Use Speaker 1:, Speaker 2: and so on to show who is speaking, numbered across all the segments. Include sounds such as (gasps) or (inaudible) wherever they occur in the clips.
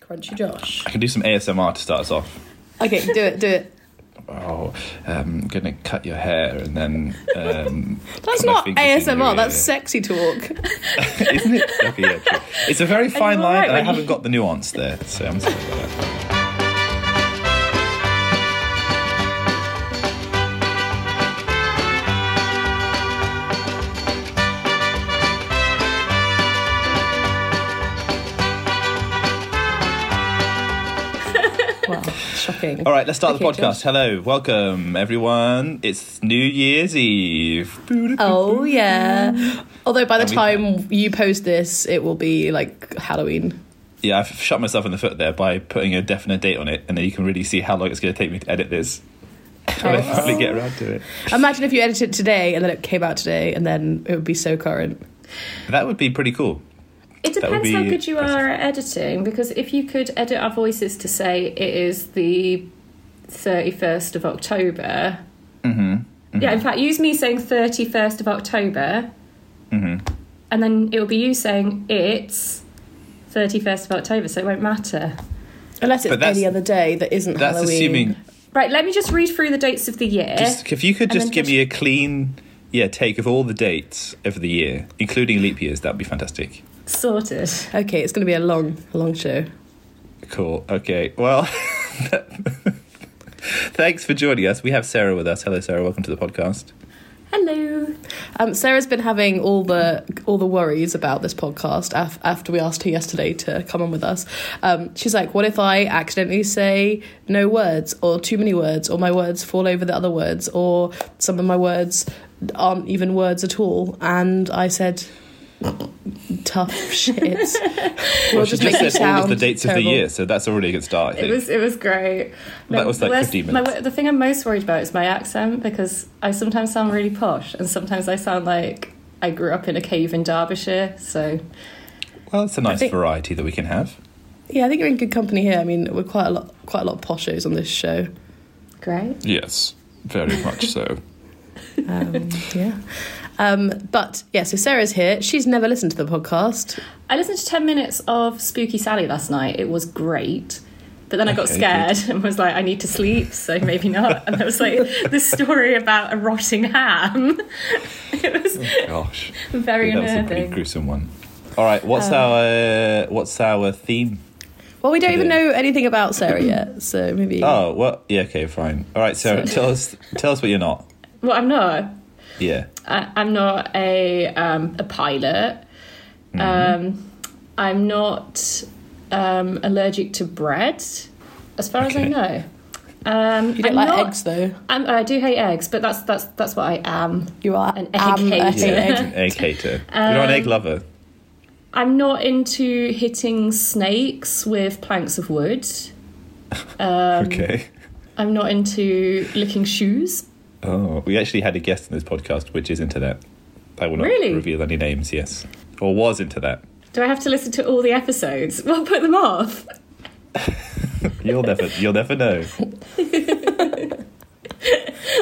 Speaker 1: Crunchy Josh.
Speaker 2: I can do some ASMR to start us off.
Speaker 1: Okay, do it, do
Speaker 2: (laughs)
Speaker 1: it.
Speaker 2: Oh, um, I'm gonna cut your hair and then. Um,
Speaker 1: That's
Speaker 2: put my
Speaker 1: not
Speaker 2: fingers in your
Speaker 1: ASMR,
Speaker 2: ear.
Speaker 1: that's sexy (laughs) talk.
Speaker 2: (laughs) Isn't it? Okay, yeah, true. It's a very fine
Speaker 1: you
Speaker 2: line,
Speaker 1: alright
Speaker 2: and I
Speaker 1: when you-
Speaker 2: haven't got the nuance there, so I'm sorry about that.
Speaker 1: Wow, shocking.
Speaker 2: All right, let's start the
Speaker 1: Okay, Josh.
Speaker 2: podcast. Hello, welcome everyone. It's New Year's Eve.
Speaker 1: Oh, (laughs) yeah. Although by the
Speaker 2: I
Speaker 1: time you post this, it will be like Halloween.
Speaker 2: Yeah, I've shot myself in the foot there by putting a definite date on it, and then you can really see how long it's going to take me to edit this (laughs) when I finally get around to it.
Speaker 1: Imagine if you edited it today and then it came out today and then it would be so current.
Speaker 2: That would be pretty cool.
Speaker 3: It
Speaker 2: That would
Speaker 3: depends how
Speaker 2: be
Speaker 3: good you are at editing, because if you could edit our voices to say it is the 31st of October. Mm-hmm. Yeah, in fact, use me saying 31st of October,
Speaker 2: Mm-hmm.
Speaker 3: and then it'll be you saying it's 31st of October, so it won't matter.
Speaker 1: Unless
Speaker 2: But
Speaker 1: it's
Speaker 2: that's-
Speaker 1: any other day that isn't
Speaker 2: That's
Speaker 1: Halloween.
Speaker 2: assuming.
Speaker 3: Right, let me just read through the dates of the year.
Speaker 2: Just, if you could
Speaker 3: And
Speaker 2: just
Speaker 3: then
Speaker 2: give
Speaker 3: just-
Speaker 2: me a clean, yeah, take of all the dates of the year, including leap years, that'd be fantastic.
Speaker 3: Sorted.
Speaker 1: Okay, it's going to be a long, long show.
Speaker 2: Cool. Okay. Well, (laughs) thanks for joining us. We have Sarah with us. Hello, Sarah. Welcome to the podcast.
Speaker 3: Hello.
Speaker 1: Um, Sarah's been having all the all the worries about this podcast af- after we asked her yesterday to come on with us. Um, she's like, "What if I accidentally say no words, or too many words, or my words fall over the other words, or some of my words aren't even words at all?" And I said, "Tough shit." we'll
Speaker 2: Well, she just
Speaker 1: you
Speaker 2: said all of the
Speaker 1: sound
Speaker 2: dates of
Speaker 1: terrible.
Speaker 2: the year, so that's already a good start. I
Speaker 3: It
Speaker 2: think.
Speaker 3: was it was great.
Speaker 2: That
Speaker 3: The
Speaker 2: was, like,
Speaker 3: worst-
Speaker 2: 15
Speaker 3: my-
Speaker 2: minutes.
Speaker 3: the thing I'm most worried about is my accent because I sometimes sound really posh and sometimes I sound like I grew up in a cave in Derbyshire. So
Speaker 2: well, it's a nice
Speaker 1: think-
Speaker 2: variety that we can have.
Speaker 1: Yeah, I think you're in good company here. I mean, we're quite a lot quite a lot of posh shows on this show.
Speaker 3: great.
Speaker 2: Yes, very much so.
Speaker 1: Um, yeah. Um, but yeah, so Sarah's here. She's never listened to the podcast.
Speaker 3: I listened to ten minutes of Spooky Sally last night. It was great. But then I got
Speaker 2: Okay,
Speaker 3: scared (laughs) and was like, I need to sleep, so maybe not. And there was like this story about a rotting ham. It was
Speaker 2: Gosh,
Speaker 3: very
Speaker 2: that was a pretty
Speaker 3: unnerving.
Speaker 2: gruesome one. All right, what's our uh, what's our theme?
Speaker 1: Well, we don't even
Speaker 2: Today.
Speaker 1: know anything about Sarah yet, so maybe.
Speaker 2: Oh, well, yeah, okay, fine. All right, Sarah, tell us tell us what you're not.
Speaker 3: Well, I'm not.
Speaker 2: Yeah,
Speaker 3: I, I'm not a um, a pilot. Um, I'm not um, allergic to bread, as far as I
Speaker 2: Okay.
Speaker 3: know. Um,
Speaker 1: you don't
Speaker 3: I'm
Speaker 1: like
Speaker 3: not-
Speaker 1: eggs, though.
Speaker 3: I'm, I do hate eggs, but that's that's that's what I am.
Speaker 1: You are
Speaker 3: An
Speaker 1: am a
Speaker 3: egg
Speaker 1: hate
Speaker 2: yeah,
Speaker 3: hater.
Speaker 1: egg. Um,
Speaker 2: an egg hater. you're not an egg lover.
Speaker 3: I'm not into hitting snakes with planks of wood.
Speaker 1: um,
Speaker 2: okay.
Speaker 3: I'm not into licking shoes.
Speaker 2: Oh, we actually had a guest in this podcast which is into that. I will not
Speaker 3: Really?
Speaker 2: reveal any names. Yes, or was into that.
Speaker 3: Do I have to listen to all the episodes? (laughs) Well, put them off. (laughs)
Speaker 1: (laughs)
Speaker 2: You'll never, you'll never know.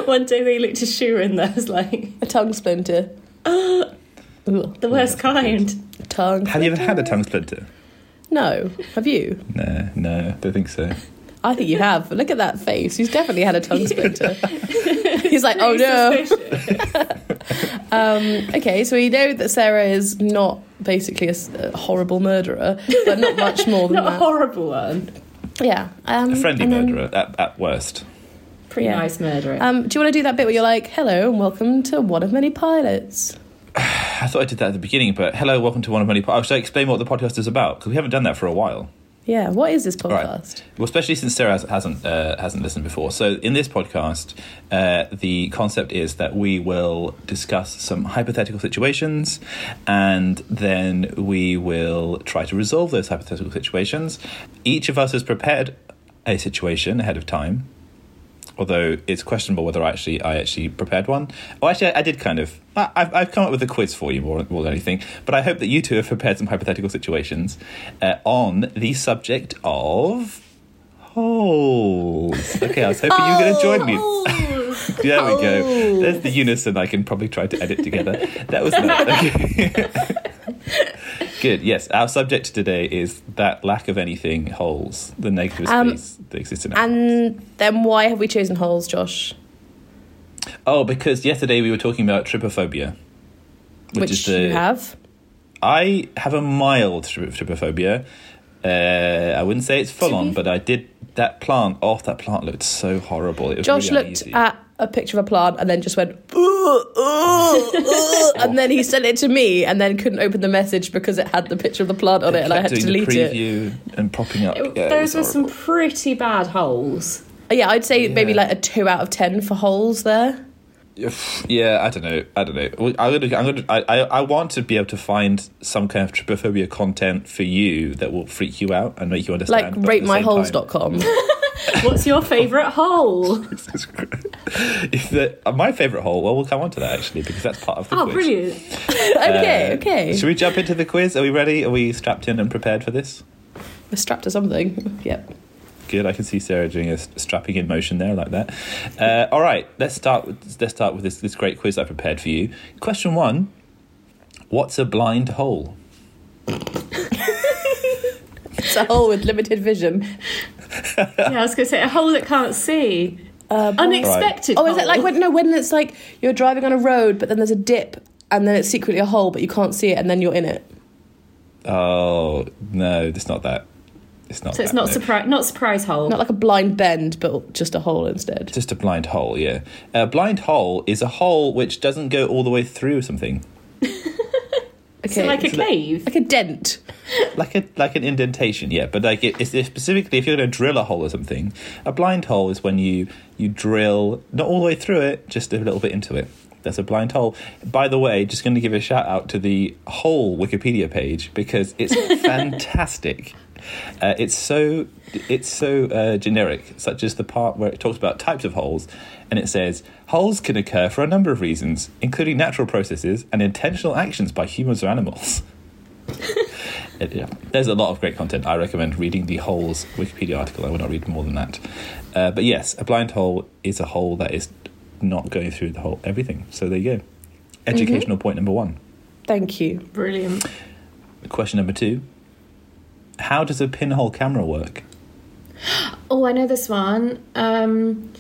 Speaker 3: One day they licked a shoe and there was like
Speaker 1: A tongue
Speaker 3: (gasps)
Speaker 1: splinter. Ooh,
Speaker 3: the worst kind.
Speaker 1: tongue.
Speaker 2: Have you ever had a tongue splinter?
Speaker 1: No. Have you?
Speaker 2: No, no, don't think so.
Speaker 1: I think you have. Look at that face. He's definitely had a tongue
Speaker 3: (laughs)
Speaker 1: splinter. He's like, oh
Speaker 3: Pretty
Speaker 1: no.
Speaker 3: suspicious.
Speaker 1: Um, okay, so we know that Sarah is not basically a, s- a horrible murderer, but not much more than
Speaker 3: (laughs) Not a
Speaker 1: that.
Speaker 3: horrible one.
Speaker 1: yeah. Um,
Speaker 2: A friendly
Speaker 1: and then-
Speaker 2: murderer at, at worst.
Speaker 3: Pretty
Speaker 1: Yeah.
Speaker 3: nice murderer.
Speaker 1: Um, do you want to do that bit where you're like, hello and welcome to one of many pilots?
Speaker 2: I thought I did that at the beginning, but hello, welcome to one of many. Po- oh, should I explain what the podcast is about? Because we haven't done that for a while.
Speaker 1: Yeah, what is this
Speaker 2: Right.
Speaker 1: podcast?
Speaker 2: Well, especially since Sarah has- hasn't uh, hasn't listened before. So in this podcast, uh, the concept is that we will discuss some hypothetical situations, and then we will try to resolve those hypothetical situations. Each of us has prepared a situation ahead of time, although it's questionable whether I actually I actually prepared one. Oh, actually, I, I did kind of. I, I've, I've come up with a quiz for you more, more than anything, but I hope that you two have prepared some hypothetical situations uh, on the subject of holes. Okay, I was hoping you were going to join me. (laughs) There we go. There's the unison I can probably try to edit together. That was nice. Okay. (laughs) Good. Yes, our subject today is that lack of anything holes the negative
Speaker 1: Um,
Speaker 2: space that exists in our lives.
Speaker 1: And then why have we chosen holes, Josh?
Speaker 2: Oh, because yesterday we were talking about trypophobia,
Speaker 1: Which, you have.
Speaker 2: I have a mild try- trypophobia. Uh, I wouldn't say it's full
Speaker 1: To
Speaker 2: on,
Speaker 1: be-
Speaker 2: but I did that plant. Oh, that plant looked so horrible. It was
Speaker 1: Josh
Speaker 2: really
Speaker 1: looked
Speaker 2: uneasy.
Speaker 1: at a picture of a plant and then just went, ooh, ooh,
Speaker 2: (laughs)
Speaker 1: ooh, and then he sent it to me and then couldn't open the message because it had the picture of the plant on it and I
Speaker 2: Kept
Speaker 1: had to
Speaker 2: doing
Speaker 1: delete
Speaker 2: the
Speaker 1: it.
Speaker 2: preview and propping up.
Speaker 3: It-
Speaker 2: Yeah, it
Speaker 3: those were
Speaker 2: was
Speaker 3: some
Speaker 2: horrible.
Speaker 3: pretty bad
Speaker 2: (laughs)
Speaker 3: holes.
Speaker 1: Yeah, I'd say maybe
Speaker 2: Yeah.
Speaker 1: like a two out of ten for holes there.
Speaker 2: Yeah, I don't know. I don't know. Well, I'm gonna, I'm gonna, I, I, I want to be able to find some kind of trypophobia content for you that will freak you out and make you understand.
Speaker 1: Like
Speaker 2: but at the same time-
Speaker 1: ratemyholes.com.
Speaker 2: (laughs)
Speaker 3: What's your favourite hole?
Speaker 2: Jesus Christ. If the- my favorite hole. Well, we'll come on to that actually because that's part of the
Speaker 3: Oh,
Speaker 2: quiz.
Speaker 3: brilliant.
Speaker 1: (laughs)
Speaker 2: (laughs)
Speaker 1: okay, okay.
Speaker 2: Uh, Um, Should we jump into the quiz? Are we ready? Are we strapped in and prepared for this?
Speaker 1: We're strapped to something. (laughs) Yep.
Speaker 2: Good. I can see Sarah doing a s- strapping in motion there, like that. Uh, all right, let's start. With, let's start with this, this great quiz I prepared for you. Question one: What's a blind hole?
Speaker 1: It's a hole with limited vision.
Speaker 3: Yeah, I was going to say a hole that can't see. Unexpected.
Speaker 1: Um, Oh, is it
Speaker 3: hole.
Speaker 1: like when no when it's like you're driving on a road, but then there's a dip, and then it's secretly a hole, but you can't see it, and then you're in it.
Speaker 2: Oh no, it's not that. It's not.
Speaker 3: So it's
Speaker 2: that,
Speaker 3: not
Speaker 2: no.
Speaker 3: surprise, not surprise hole.
Speaker 1: Not like a blind bend, but just a hole instead.
Speaker 2: Just a blind hole. Yeah, a blind hole is a hole which doesn't go all the way through something,
Speaker 1: Okay,
Speaker 3: So like a
Speaker 2: So that-
Speaker 3: cave.
Speaker 1: like a dent.
Speaker 2: like a like an indentation. Yeah, but like it, it's, it's specifically if you're going to drill a hole or something, a blind hole is when you you drill not all the way through it, just a little bit into it. That's a blind hole. By the way, just going to give a shout out to the whole Wikipedia page because it's fantastic. Uh, it's so it's so uh, generic, such as the part where it talks about types of holes, and it says holes can occur for a number of reasons, including natural processes and intentional actions by humans or animals. Uh, yeah. There's a lot of great content. I recommend reading the Holes Wikipedia article. I will not read more than that. Uh, but yes, a blind hole is a hole that is not going through the whole everything. So there you go. Educational point number one.
Speaker 1: Thank you.
Speaker 3: Brilliant.
Speaker 2: Question number two. How does a pinhole camera work?
Speaker 3: Oh, I know this one. Um,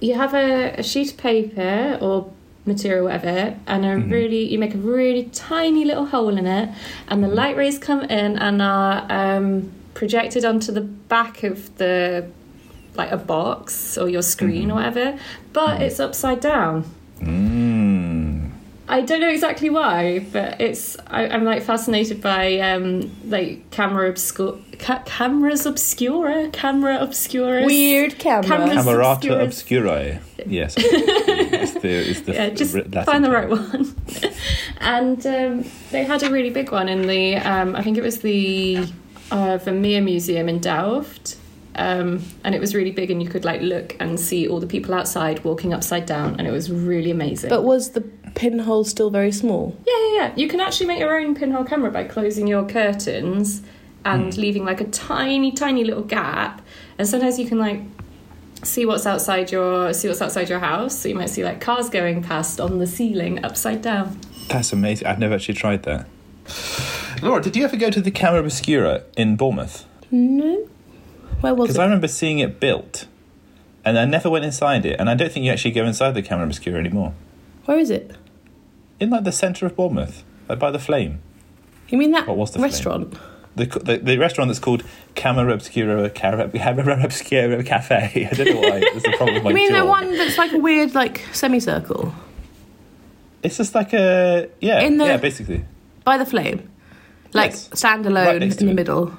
Speaker 3: you have a, a sheet of paper or material, whatever, and a really you make a really tiny little hole in it, and the light rays come in and are um, projected onto the back of the like a box or your screen or whatever, but it's upside down.
Speaker 2: Mm.
Speaker 3: I don't know exactly why, but it's I, I'm like fascinated by um like camera obscura, ca- cameras obscura, camera obscura.
Speaker 1: Weird camera.
Speaker 3: Cameras-
Speaker 2: Camerata
Speaker 3: obscurus.
Speaker 2: obscurae. (laughs) Yes. it's the, it's the
Speaker 3: Yeah, just
Speaker 2: ri- Latin
Speaker 3: find the
Speaker 2: term.
Speaker 3: right one. (laughs) and um, they had a really big one in the um, I think it was the uh, Vermeer Museum in Delft. Um, and it was really big, and you could like look and see all the people outside walking upside down, and it was really amazing.
Speaker 1: But was the pinhole still very small?
Speaker 3: Yeah, yeah, yeah. You can actually make your own pinhole camera by closing your curtains and leaving like a tiny, tiny little gap. And sometimes you can like see what's outside your see what's outside your house. So you might see like cars going past on the ceiling upside down.
Speaker 2: That's amazing. I've never actually tried that. Laura, did you ever go to the Camera Obscura in Bournemouth?
Speaker 1: No. Where was
Speaker 2: Because
Speaker 1: it?
Speaker 2: I remember seeing it built, and I never went inside it, and I don't think you actually go inside the Camera Obscura anymore.
Speaker 1: Where is it?
Speaker 2: In like the centre of Bournemouth, like by the flame,
Speaker 1: You mean that
Speaker 2: What was the flame?
Speaker 1: restaurant?
Speaker 2: the the, the restaurant that's called Camera Obscura Cara- (laughs) Camera Obscura Cafe. (laughs) I don't know why. There's a problem with my
Speaker 1: You mean
Speaker 2: jaw.
Speaker 1: the one that's like a weird like semicircle
Speaker 2: It's just like a yeah,
Speaker 1: In the-
Speaker 2: yeah, basically,
Speaker 1: by the flame, like
Speaker 2: Yes.
Speaker 1: standalone
Speaker 2: Right next to
Speaker 1: in the
Speaker 2: it.
Speaker 1: middle?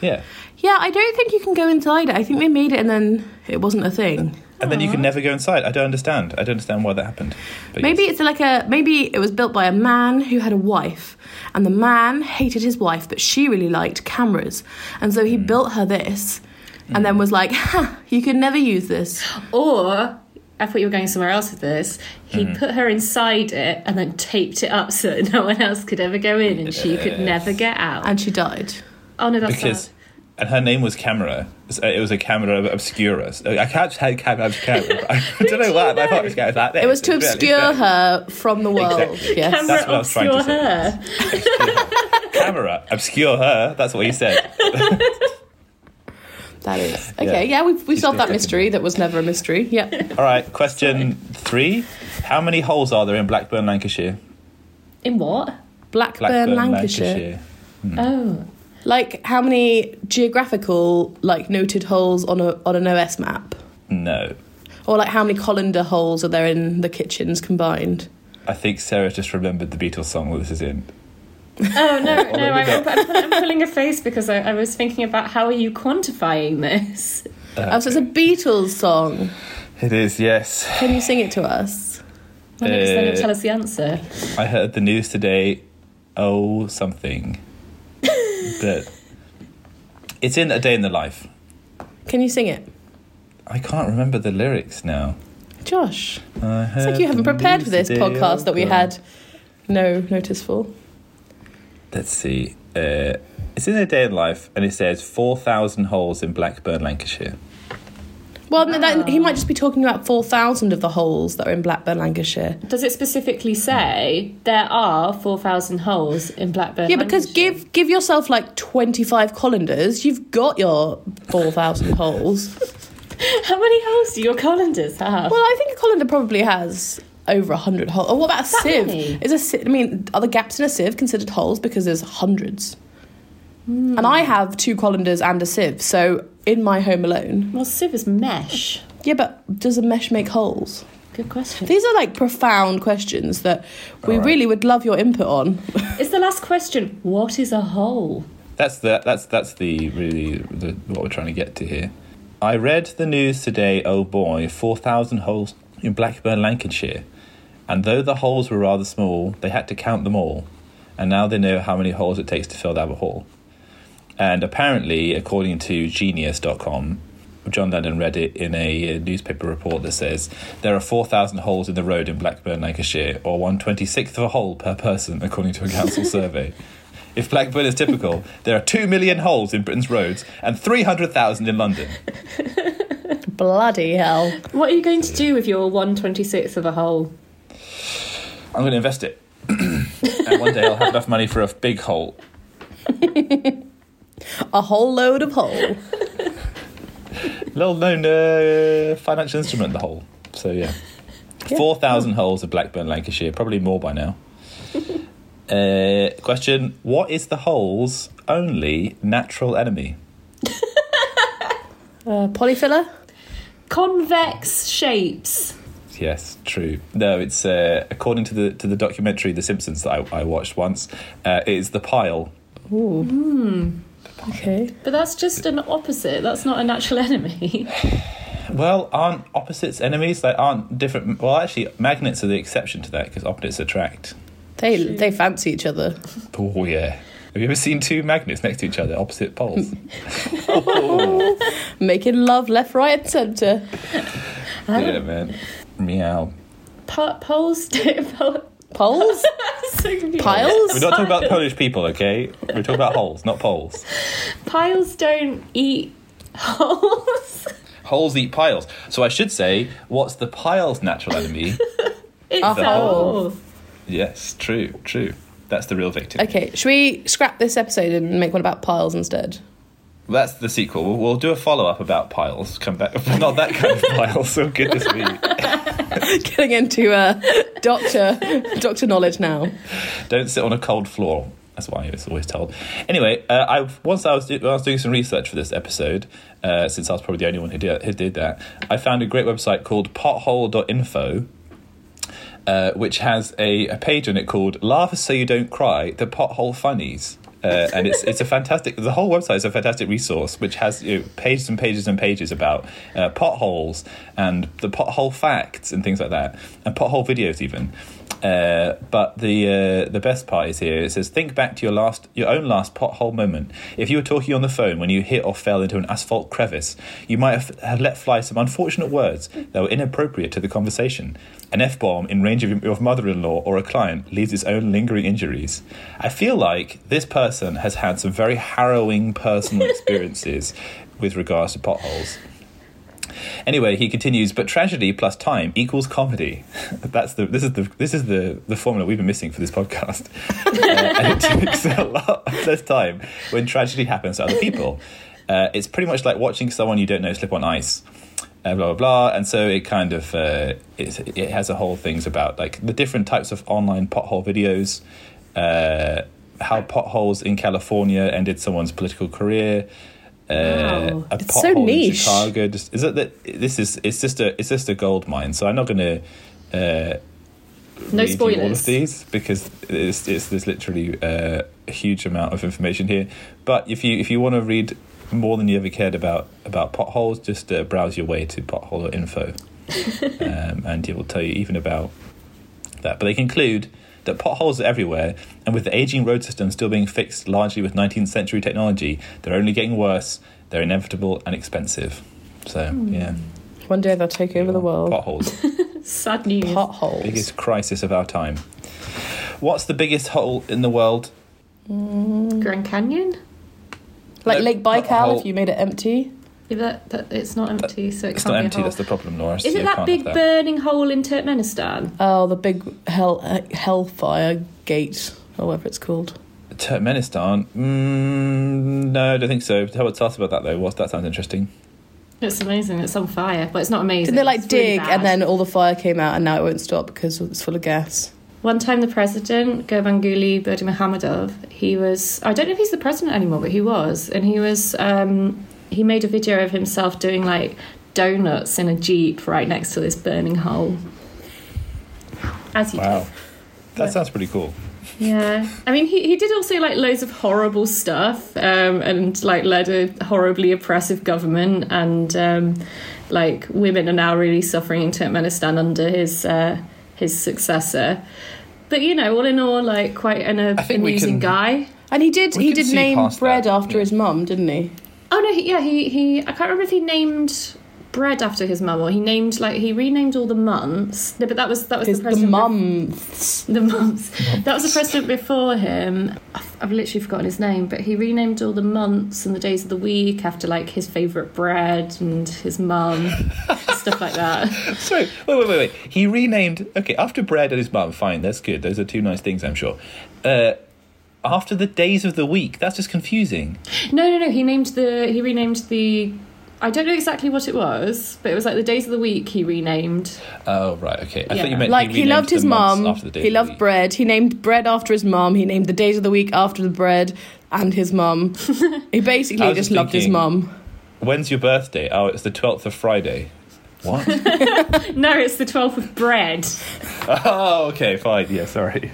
Speaker 2: yeah.
Speaker 1: Yeah, I don't think you can go inside it. I think they made it and then it wasn't a thing.
Speaker 2: And then you can never go inside. I don't understand. I don't understand why that happened. But
Speaker 1: Maybe
Speaker 2: yes.
Speaker 1: it's like a maybe it was built by a man who had a wife, and the man hated his wife, but she really liked cameras, and so he built her this, and then was like, ha, "You can never use this."
Speaker 3: Or I thought you were going somewhere else with this. He
Speaker 2: Mm-hmm.
Speaker 3: put her inside it and then taped it up so that (laughs) no one else could ever go in, and she could never get out.
Speaker 1: And she died.
Speaker 3: oh no, that's
Speaker 2: because
Speaker 3: sad.
Speaker 2: and her name was Camera. So It was a Camera Obscura. So I can't say Camera Obscura.
Speaker 1: (laughs)
Speaker 2: I don't know why. but I thought it was Camera. Like
Speaker 1: It was to obscure her from the world.
Speaker 2: Exactly.
Speaker 1: Yes.
Speaker 3: Camera
Speaker 2: That's what I was trying to
Speaker 3: obscure her.
Speaker 2: camera, obscure her. That's what he said.
Speaker 1: That is okay. Yeah, we've, we've
Speaker 2: He's
Speaker 1: solved
Speaker 2: been
Speaker 1: that mystery that was never a mystery.
Speaker 2: (laughs)
Speaker 1: Yep.
Speaker 2: All right, question three: How many holes are there in Blackburn, Lancashire?
Speaker 3: In what?
Speaker 1: Blackburn,
Speaker 2: Blackburn,
Speaker 1: Lancashire.
Speaker 2: Mm.
Speaker 3: Oh.
Speaker 1: Like how many geographical like noted holes on a on an OS map,
Speaker 2: No,
Speaker 1: or like how many colander holes are there in the kitchens combined?
Speaker 2: I think Sarah just remembered the Beatles song that this is in.
Speaker 3: Oh
Speaker 2: (laughs)
Speaker 3: no,
Speaker 2: Or- or
Speaker 3: no,
Speaker 2: maybe
Speaker 3: I'm,
Speaker 2: not.
Speaker 3: I'm, I'm pulling a face because I, I was thinking about how are you quantifying this? (laughs)
Speaker 1: Oh, so it's a Beatles song.
Speaker 2: It is, yes.
Speaker 1: Can you sing it to us?
Speaker 3: Well, it's then
Speaker 2: Uh,
Speaker 3: it'll tell us the answer.
Speaker 2: I heard the news today. Oh,
Speaker 1: (laughs)
Speaker 2: something that it's in a day in the life.
Speaker 1: Can you sing it,
Speaker 2: I can't remember the lyrics now.
Speaker 1: Josh?
Speaker 2: I
Speaker 1: It's like you haven't prepared for this
Speaker 2: oh
Speaker 1: podcast that we had no notice for.
Speaker 2: Let's see. Uh, it's in a day in life, and it says four thousand holes in Blackburn, Lancashire.
Speaker 1: Well, no, that, he might just be talking about four thousand of the holes that are in Blackburn, Lancashire.
Speaker 3: Does it specifically say there are 4,000 holes in Blackburn?
Speaker 1: Yeah, because
Speaker 3: Lancashire?
Speaker 1: give give yourself like twenty five colanders, you've got your four thousand holes.
Speaker 3: (laughs) How many holes do your colanders have?
Speaker 1: Well, I think a colander probably has over a hundred holes. Or what about a sieve?
Speaker 3: many?
Speaker 1: Is a si- I mean, are the gaps in a sieve considered holes because there's hundreds? And I have two colanders and a sieve, so in my home alone.
Speaker 3: Well, sieve is mesh.
Speaker 1: Yeah, but does a mesh make holes?
Speaker 3: Good question.
Speaker 1: These are like profound questions that we
Speaker 2: Alright.
Speaker 1: really would love your input on.
Speaker 3: Is the last question what is a hole?
Speaker 2: That's the that's that's the really the, what we're trying to get to here. I read the news today. Oh boy, four thousand holes in Blackburn, Lancashire, and though the holes were rather small, they had to count them all, and now they know how many holes it takes to fill Abbot Hall. And apparently, according to Genius.com, John Lennon read it in a uh, newspaper report that says there are four thousand holes in the road in Blackburn, Lancashire, or one twenty sixth of a hole per person, according to a council survey. If Blackburn is typical, there are 2 million holes in Britain's roads and 300,000 in London.
Speaker 1: (laughs) Bloody hell.
Speaker 3: What are you going to do with your 126th of a hole?
Speaker 2: I'm going to invest it. (coughs) and one day I'll have enough money for a big hole.
Speaker 1: A whole load of hole.
Speaker 2: Little known uh, financial instrument, the hole. So, yeah.
Speaker 1: Yeah.
Speaker 2: 4,000 holes in Blackburn, Lancashire. Probably more by now. Uh, question What is the hole's only natural enemy?
Speaker 1: Uh, polyfiller?
Speaker 3: Convex shapes.
Speaker 2: Yes, true. No, it's uh, according to the to the documentary The Simpsons that I, I watched once. Uh, it is the pile.
Speaker 1: Ooh. Hmm. Okay.
Speaker 3: But that's just an opposite. That's not a natural (laughs) enemy.
Speaker 2: Well, aren't opposites enemies? They aren't different. Well, actually, magnets are the exception to that because opposites attract.
Speaker 1: They they fancy each other.
Speaker 2: Oh yeah. Have you ever seen two magnets next to each other, opposite poles?
Speaker 1: Making love left, right, and centre.
Speaker 2: yeah, man. Meow.
Speaker 3: Po- (laughs) poles. po-
Speaker 1: Poles?
Speaker 3: so confused.
Speaker 1: Piles?
Speaker 2: We're not talking about Polish people, okay? We're talking about holes, not poles.
Speaker 3: Piles don't eat holes. (laughs)
Speaker 2: Holes eat piles. So I should say, what's the pile's natural enemy?
Speaker 3: It's
Speaker 1: A
Speaker 3: a
Speaker 1: hole.
Speaker 3: hole.
Speaker 2: yes, true, true. That's the real victim.
Speaker 1: Okay, should we scrap this episode and make one about piles instead? (laughs)
Speaker 2: That's the sequel. We'll, we'll do a follow up about piles. Come back. (laughs) Not that kind of piles. So good this week.
Speaker 1: Getting into uh, doctor (laughs) doctor knowledge now.
Speaker 2: Don't sit on a cold floor. That's why I was always told. Anyway, uh, I once I was, do, when I was doing some research for this episode, uh, since I was probably the only one who did, who did that, I found a great website called pothole.info, uh, which has a, a page on it called Laugh So You Don't Cry, The Pothole Funnies. Uh, and it's it's a fantastic. The whole website is a fantastic resource, which has you know, pages and pages and pages about uh, potholes and the pothole facts and things like that, and pothole videos even. Uh, but the uh, the best part is here. It says, "Think back to your last, your own last pothole moment. If you were talking on the phone when you hit or fell into an asphalt crevice, you might have, have let fly some unfortunate words that were inappropriate to the conversation. An f bomb in range of your- your mother-in-law or a client leaves its own lingering injuries. I feel like this person has had some very harrowing personal experiences with regards to potholes." Anyway, he continues, but tragedy plus time equals comedy. (laughs) That's the this is the this is the the formula we've been missing for this podcast. (laughs) Uh, and it takes a lot less time when tragedy happens to other people. Uh, it's pretty much like watching someone you don't know slip on ice. Uh, blah blah blah, and so it kind of uh, it, it has a whole things about like the different types of online pothole videos. Uh, how potholes in California ended someone's political career. Uh,
Speaker 3: Wow.
Speaker 2: a
Speaker 1: It's so
Speaker 2: pothole in
Speaker 1: niche.
Speaker 2: Chicago. Just, is it that this is it's just a it's just a gold mine. So I'm not going to uh,
Speaker 3: No
Speaker 2: read you all of
Speaker 3: spoilers.
Speaker 2: these because it's, it's there's literally uh, a huge amount of information here. But if you if you want to read more than you ever cared about about potholes, just uh, browse your way to pothole
Speaker 1: (laughs)
Speaker 2: info, um, and it will tell you even about that. But they conclude that potholes are everywhere, and with the aging road system still being fixed largely with 19th century technology, they're only getting worse. They're inevitable and expensive. So yeah,
Speaker 1: One day they'll take Hmm. over the world.
Speaker 2: potholes.
Speaker 3: Sad news.
Speaker 1: Potholes.
Speaker 2: biggest crisis of our time. What's the biggest hole in the world?
Speaker 3: Grand Canyon?
Speaker 1: Like
Speaker 2: No,
Speaker 1: Lake
Speaker 2: not a
Speaker 1: Baikal,
Speaker 2: hole.
Speaker 1: if you made it empty.
Speaker 3: Yeah, that, that, it's not empty, so it
Speaker 2: It's
Speaker 3: can't
Speaker 2: not
Speaker 3: be
Speaker 2: empty.
Speaker 3: a hole.
Speaker 2: That's the problem, Laura. so
Speaker 3: Is it
Speaker 2: you
Speaker 3: that
Speaker 2: can't
Speaker 3: big
Speaker 2: have
Speaker 3: burning hole in Turkmenistan?
Speaker 1: Oh, the big hell uh, hellfire gate, or whatever it's called.
Speaker 2: Turkmenistan? Mm, no, I don't think so. Tell, tell us about that though. What's that? Sounds interesting.
Speaker 3: It's amazing. It's on fire, but it's not amazing.
Speaker 1: Didn't they like
Speaker 3: It's really
Speaker 1: dig and
Speaker 3: bad.
Speaker 1: then all the fire came out and now it won't stop because it's full of gas?
Speaker 3: One time, the president, Gurbanguly Berdimuhamedov, he was, I don't know if he's the president anymore, but he was. And he was, um, he made a video of himself doing like donuts in a Jeep right next to this burning hole. As you
Speaker 2: Wow,
Speaker 3: do.
Speaker 2: that
Speaker 3: Yeah.
Speaker 2: sounds pretty cool.
Speaker 3: Yeah. I mean, he, he did also like loads of horrible stuff um, and like led a horribly oppressive government. And um, like women are now really suffering in Turkmenistan under his uh, his successor. But you know, all in all, like quite an uh,
Speaker 2: I think we can-
Speaker 3: amusing guy.
Speaker 1: And he did.
Speaker 2: We
Speaker 1: he
Speaker 2: can
Speaker 1: did
Speaker 2: see
Speaker 1: name
Speaker 2: past
Speaker 1: bread
Speaker 2: that,
Speaker 1: after
Speaker 2: yeah.
Speaker 1: his mum, didn't he?
Speaker 3: Oh no, he, yeah, he he. I can't remember if he named bread after his mum or he named like he renamed all the months. No, but that was that was the
Speaker 1: Because the,
Speaker 3: president.
Speaker 1: mum.
Speaker 3: The months. That was the president before him. I've, I've literally forgotten his name, but he renamed all the months and the days of the week after like his favourite bread and
Speaker 2: (laughs)
Speaker 3: his mum, stuff like that.
Speaker 2: Sorry, wait, wait, wait, wait. He renamed. Okay, after bread and his mum. Fine, that's good. Those are two nice things, I'm sure. Uh, after the days of the week, that's just confusing.
Speaker 3: No, no, no. He named the. He renamed the. I don't know exactly what it was, but it was like the days of the week he renamed.
Speaker 2: Oh right, okay. I
Speaker 3: Yeah.
Speaker 2: thought you meant
Speaker 1: Like he,
Speaker 2: renamed
Speaker 1: loved
Speaker 2: the
Speaker 1: his
Speaker 2: months
Speaker 1: mum.
Speaker 2: After the days
Speaker 1: He
Speaker 2: of the
Speaker 1: loved
Speaker 2: week.
Speaker 1: bread. He named bread after his mum. He named the days of the week after the bread and his (laughs) mum. he
Speaker 2: I
Speaker 1: basically
Speaker 2: was
Speaker 1: just
Speaker 2: just
Speaker 1: loved his
Speaker 2: thinking-
Speaker 1: mum.
Speaker 2: When's your birthday? Oh, it's the twelfth of Friday. What?
Speaker 3: No, it's the twelfth of bread.
Speaker 2: Oh, okay, fine. Yeah, sorry.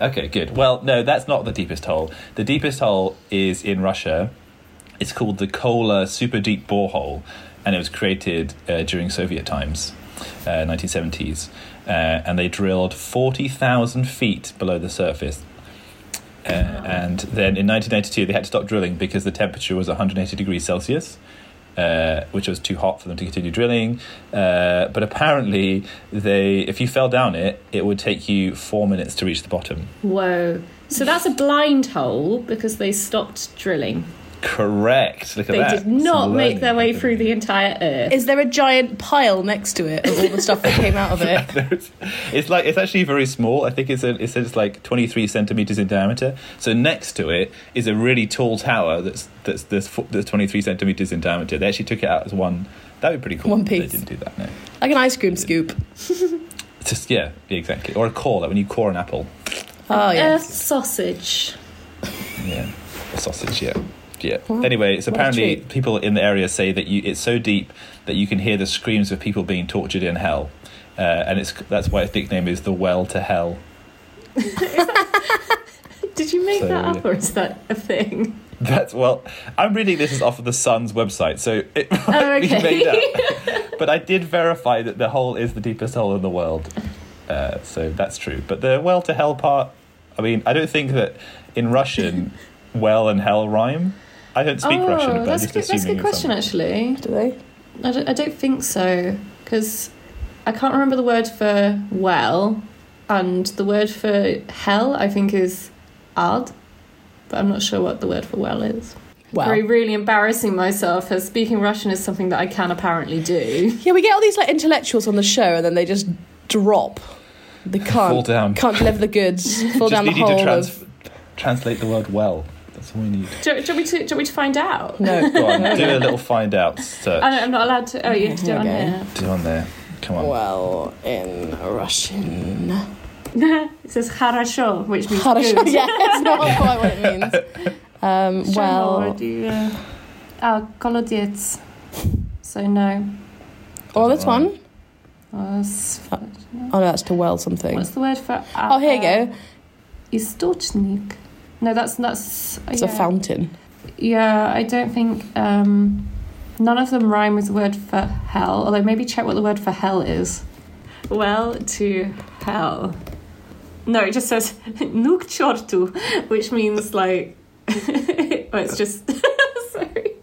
Speaker 2: okay, good. Well, no, that's not the deepest hole. The deepest hole is in Russia. It's called the Kola Super Deep Borehole, and it was created uh, during Soviet times, uh, 1970s. Uh, and they drilled 40,000 feet below the surface. Uh, and then in 1992, they had to stop drilling because the temperature was 180 degrees Celsius uh, which was too hot for them to continue drilling. Uh, but apparently, they if you fell down it, it would take you four minutes to reach the bottom.
Speaker 3: Whoa. So that's a blind hole because they stopped drilling.
Speaker 2: Correct. Look at
Speaker 3: They
Speaker 2: that.
Speaker 3: did not
Speaker 2: Some
Speaker 3: make their way
Speaker 2: learning
Speaker 3: through the entire earth.
Speaker 1: Is there a giant pile next to it of all the stuff that came out
Speaker 2: (laughs)
Speaker 1: of it?
Speaker 2: There's- (laughs) it's like it's actually very small. I think it's a, it says like 23 centimeters in diameter. So next to it is a really tall tower that's that's that's, fo- that's 23 centimeters in diameter. They actually took it out as one. That would be pretty cool.
Speaker 1: One
Speaker 2: but They
Speaker 1: piece.
Speaker 2: didn't do that. No.
Speaker 1: Like an ice cream (laughs) scoop.
Speaker 2: It's just yeah, exactly. Or a core, like when you core an apple.
Speaker 1: Oh yeah.
Speaker 3: Earth sausage.
Speaker 2: Yeah, a sausage. Yeah, yeah.
Speaker 1: Wow.
Speaker 2: Anyway, it's
Speaker 1: What a
Speaker 2: apparently
Speaker 1: treat.
Speaker 2: people in the area say that you, it's so deep that you can hear the screams of people being tortured in hell, uh, and it's that's why its nickname is the Well to Hell. (laughs)
Speaker 3: Did you make
Speaker 2: So,
Speaker 3: that up
Speaker 2: yeah.
Speaker 3: or is that a thing?
Speaker 2: (laughs) That's well. I'm reading this is off of the Sun's website, so it might
Speaker 3: Oh, okay.
Speaker 2: be made
Speaker 3: (laughs)
Speaker 2: up. but I did verify that the hole is the deepest hole in the world, uh, so that's true. But the well to hell part, I mean, I don't think that in
Speaker 3: (laughs)
Speaker 2: Russian, well and hell rhyme. I don't speak
Speaker 3: oh,
Speaker 2: Russian, but
Speaker 3: that's,
Speaker 2: I'm just
Speaker 3: good, that's a
Speaker 2: assuming
Speaker 3: good
Speaker 2: it's
Speaker 3: question,
Speaker 2: something.
Speaker 3: actually.
Speaker 1: Do they?
Speaker 3: I don't, I don't think so, because I can't remember the word for well, and the word for hell, I think, is ad, but I'm not sure what the word for well is.
Speaker 1: Wow.
Speaker 3: through really embarrassing myself as speaking Russian is something that I can apparently do. (laughs)
Speaker 1: Yeah, we get all these like intellectuals on the show, and then they just drop. They can't
Speaker 2: (laughs) Fall down.
Speaker 1: can't deliver the
Speaker 2: (laughs)
Speaker 1: goods. Fall
Speaker 2: Just
Speaker 1: down the
Speaker 2: need you
Speaker 1: hole.
Speaker 2: to
Speaker 1: of-
Speaker 2: trans- translate the word well. That's all we need.
Speaker 3: Do, you- do, you want me to, do you want me to find out?
Speaker 1: No.
Speaker 2: Go on, do
Speaker 1: (laughs)
Speaker 2: a little find out search.
Speaker 3: I don't, I'm not allowed to. Oh, you have to do it on
Speaker 1: Okay.
Speaker 3: here.
Speaker 2: Do on there. Come on.
Speaker 1: Well, in Russian.
Speaker 3: (laughs) it says хорошо, which means
Speaker 1: Хорошо. (laughs)
Speaker 3: good.
Speaker 1: Yeah, it's not quite what it means. Um, well,
Speaker 3: oh, колодец. So no.
Speaker 1: oh, this one.
Speaker 3: Uh, s-
Speaker 1: Oh no, that's to well something.
Speaker 3: What's the word for? uh,
Speaker 1: Oh, here you go.
Speaker 3: Источник. No, that's that's.
Speaker 1: It's
Speaker 3: yeah.
Speaker 1: a fountain.
Speaker 3: Yeah, I don't think um, none of them rhyme with the word for hell. Although maybe check what the word for hell is. Well, to hell. No, it just says "ну к черту," which means like. (laughs) oh, it's just. (laughs) sorry.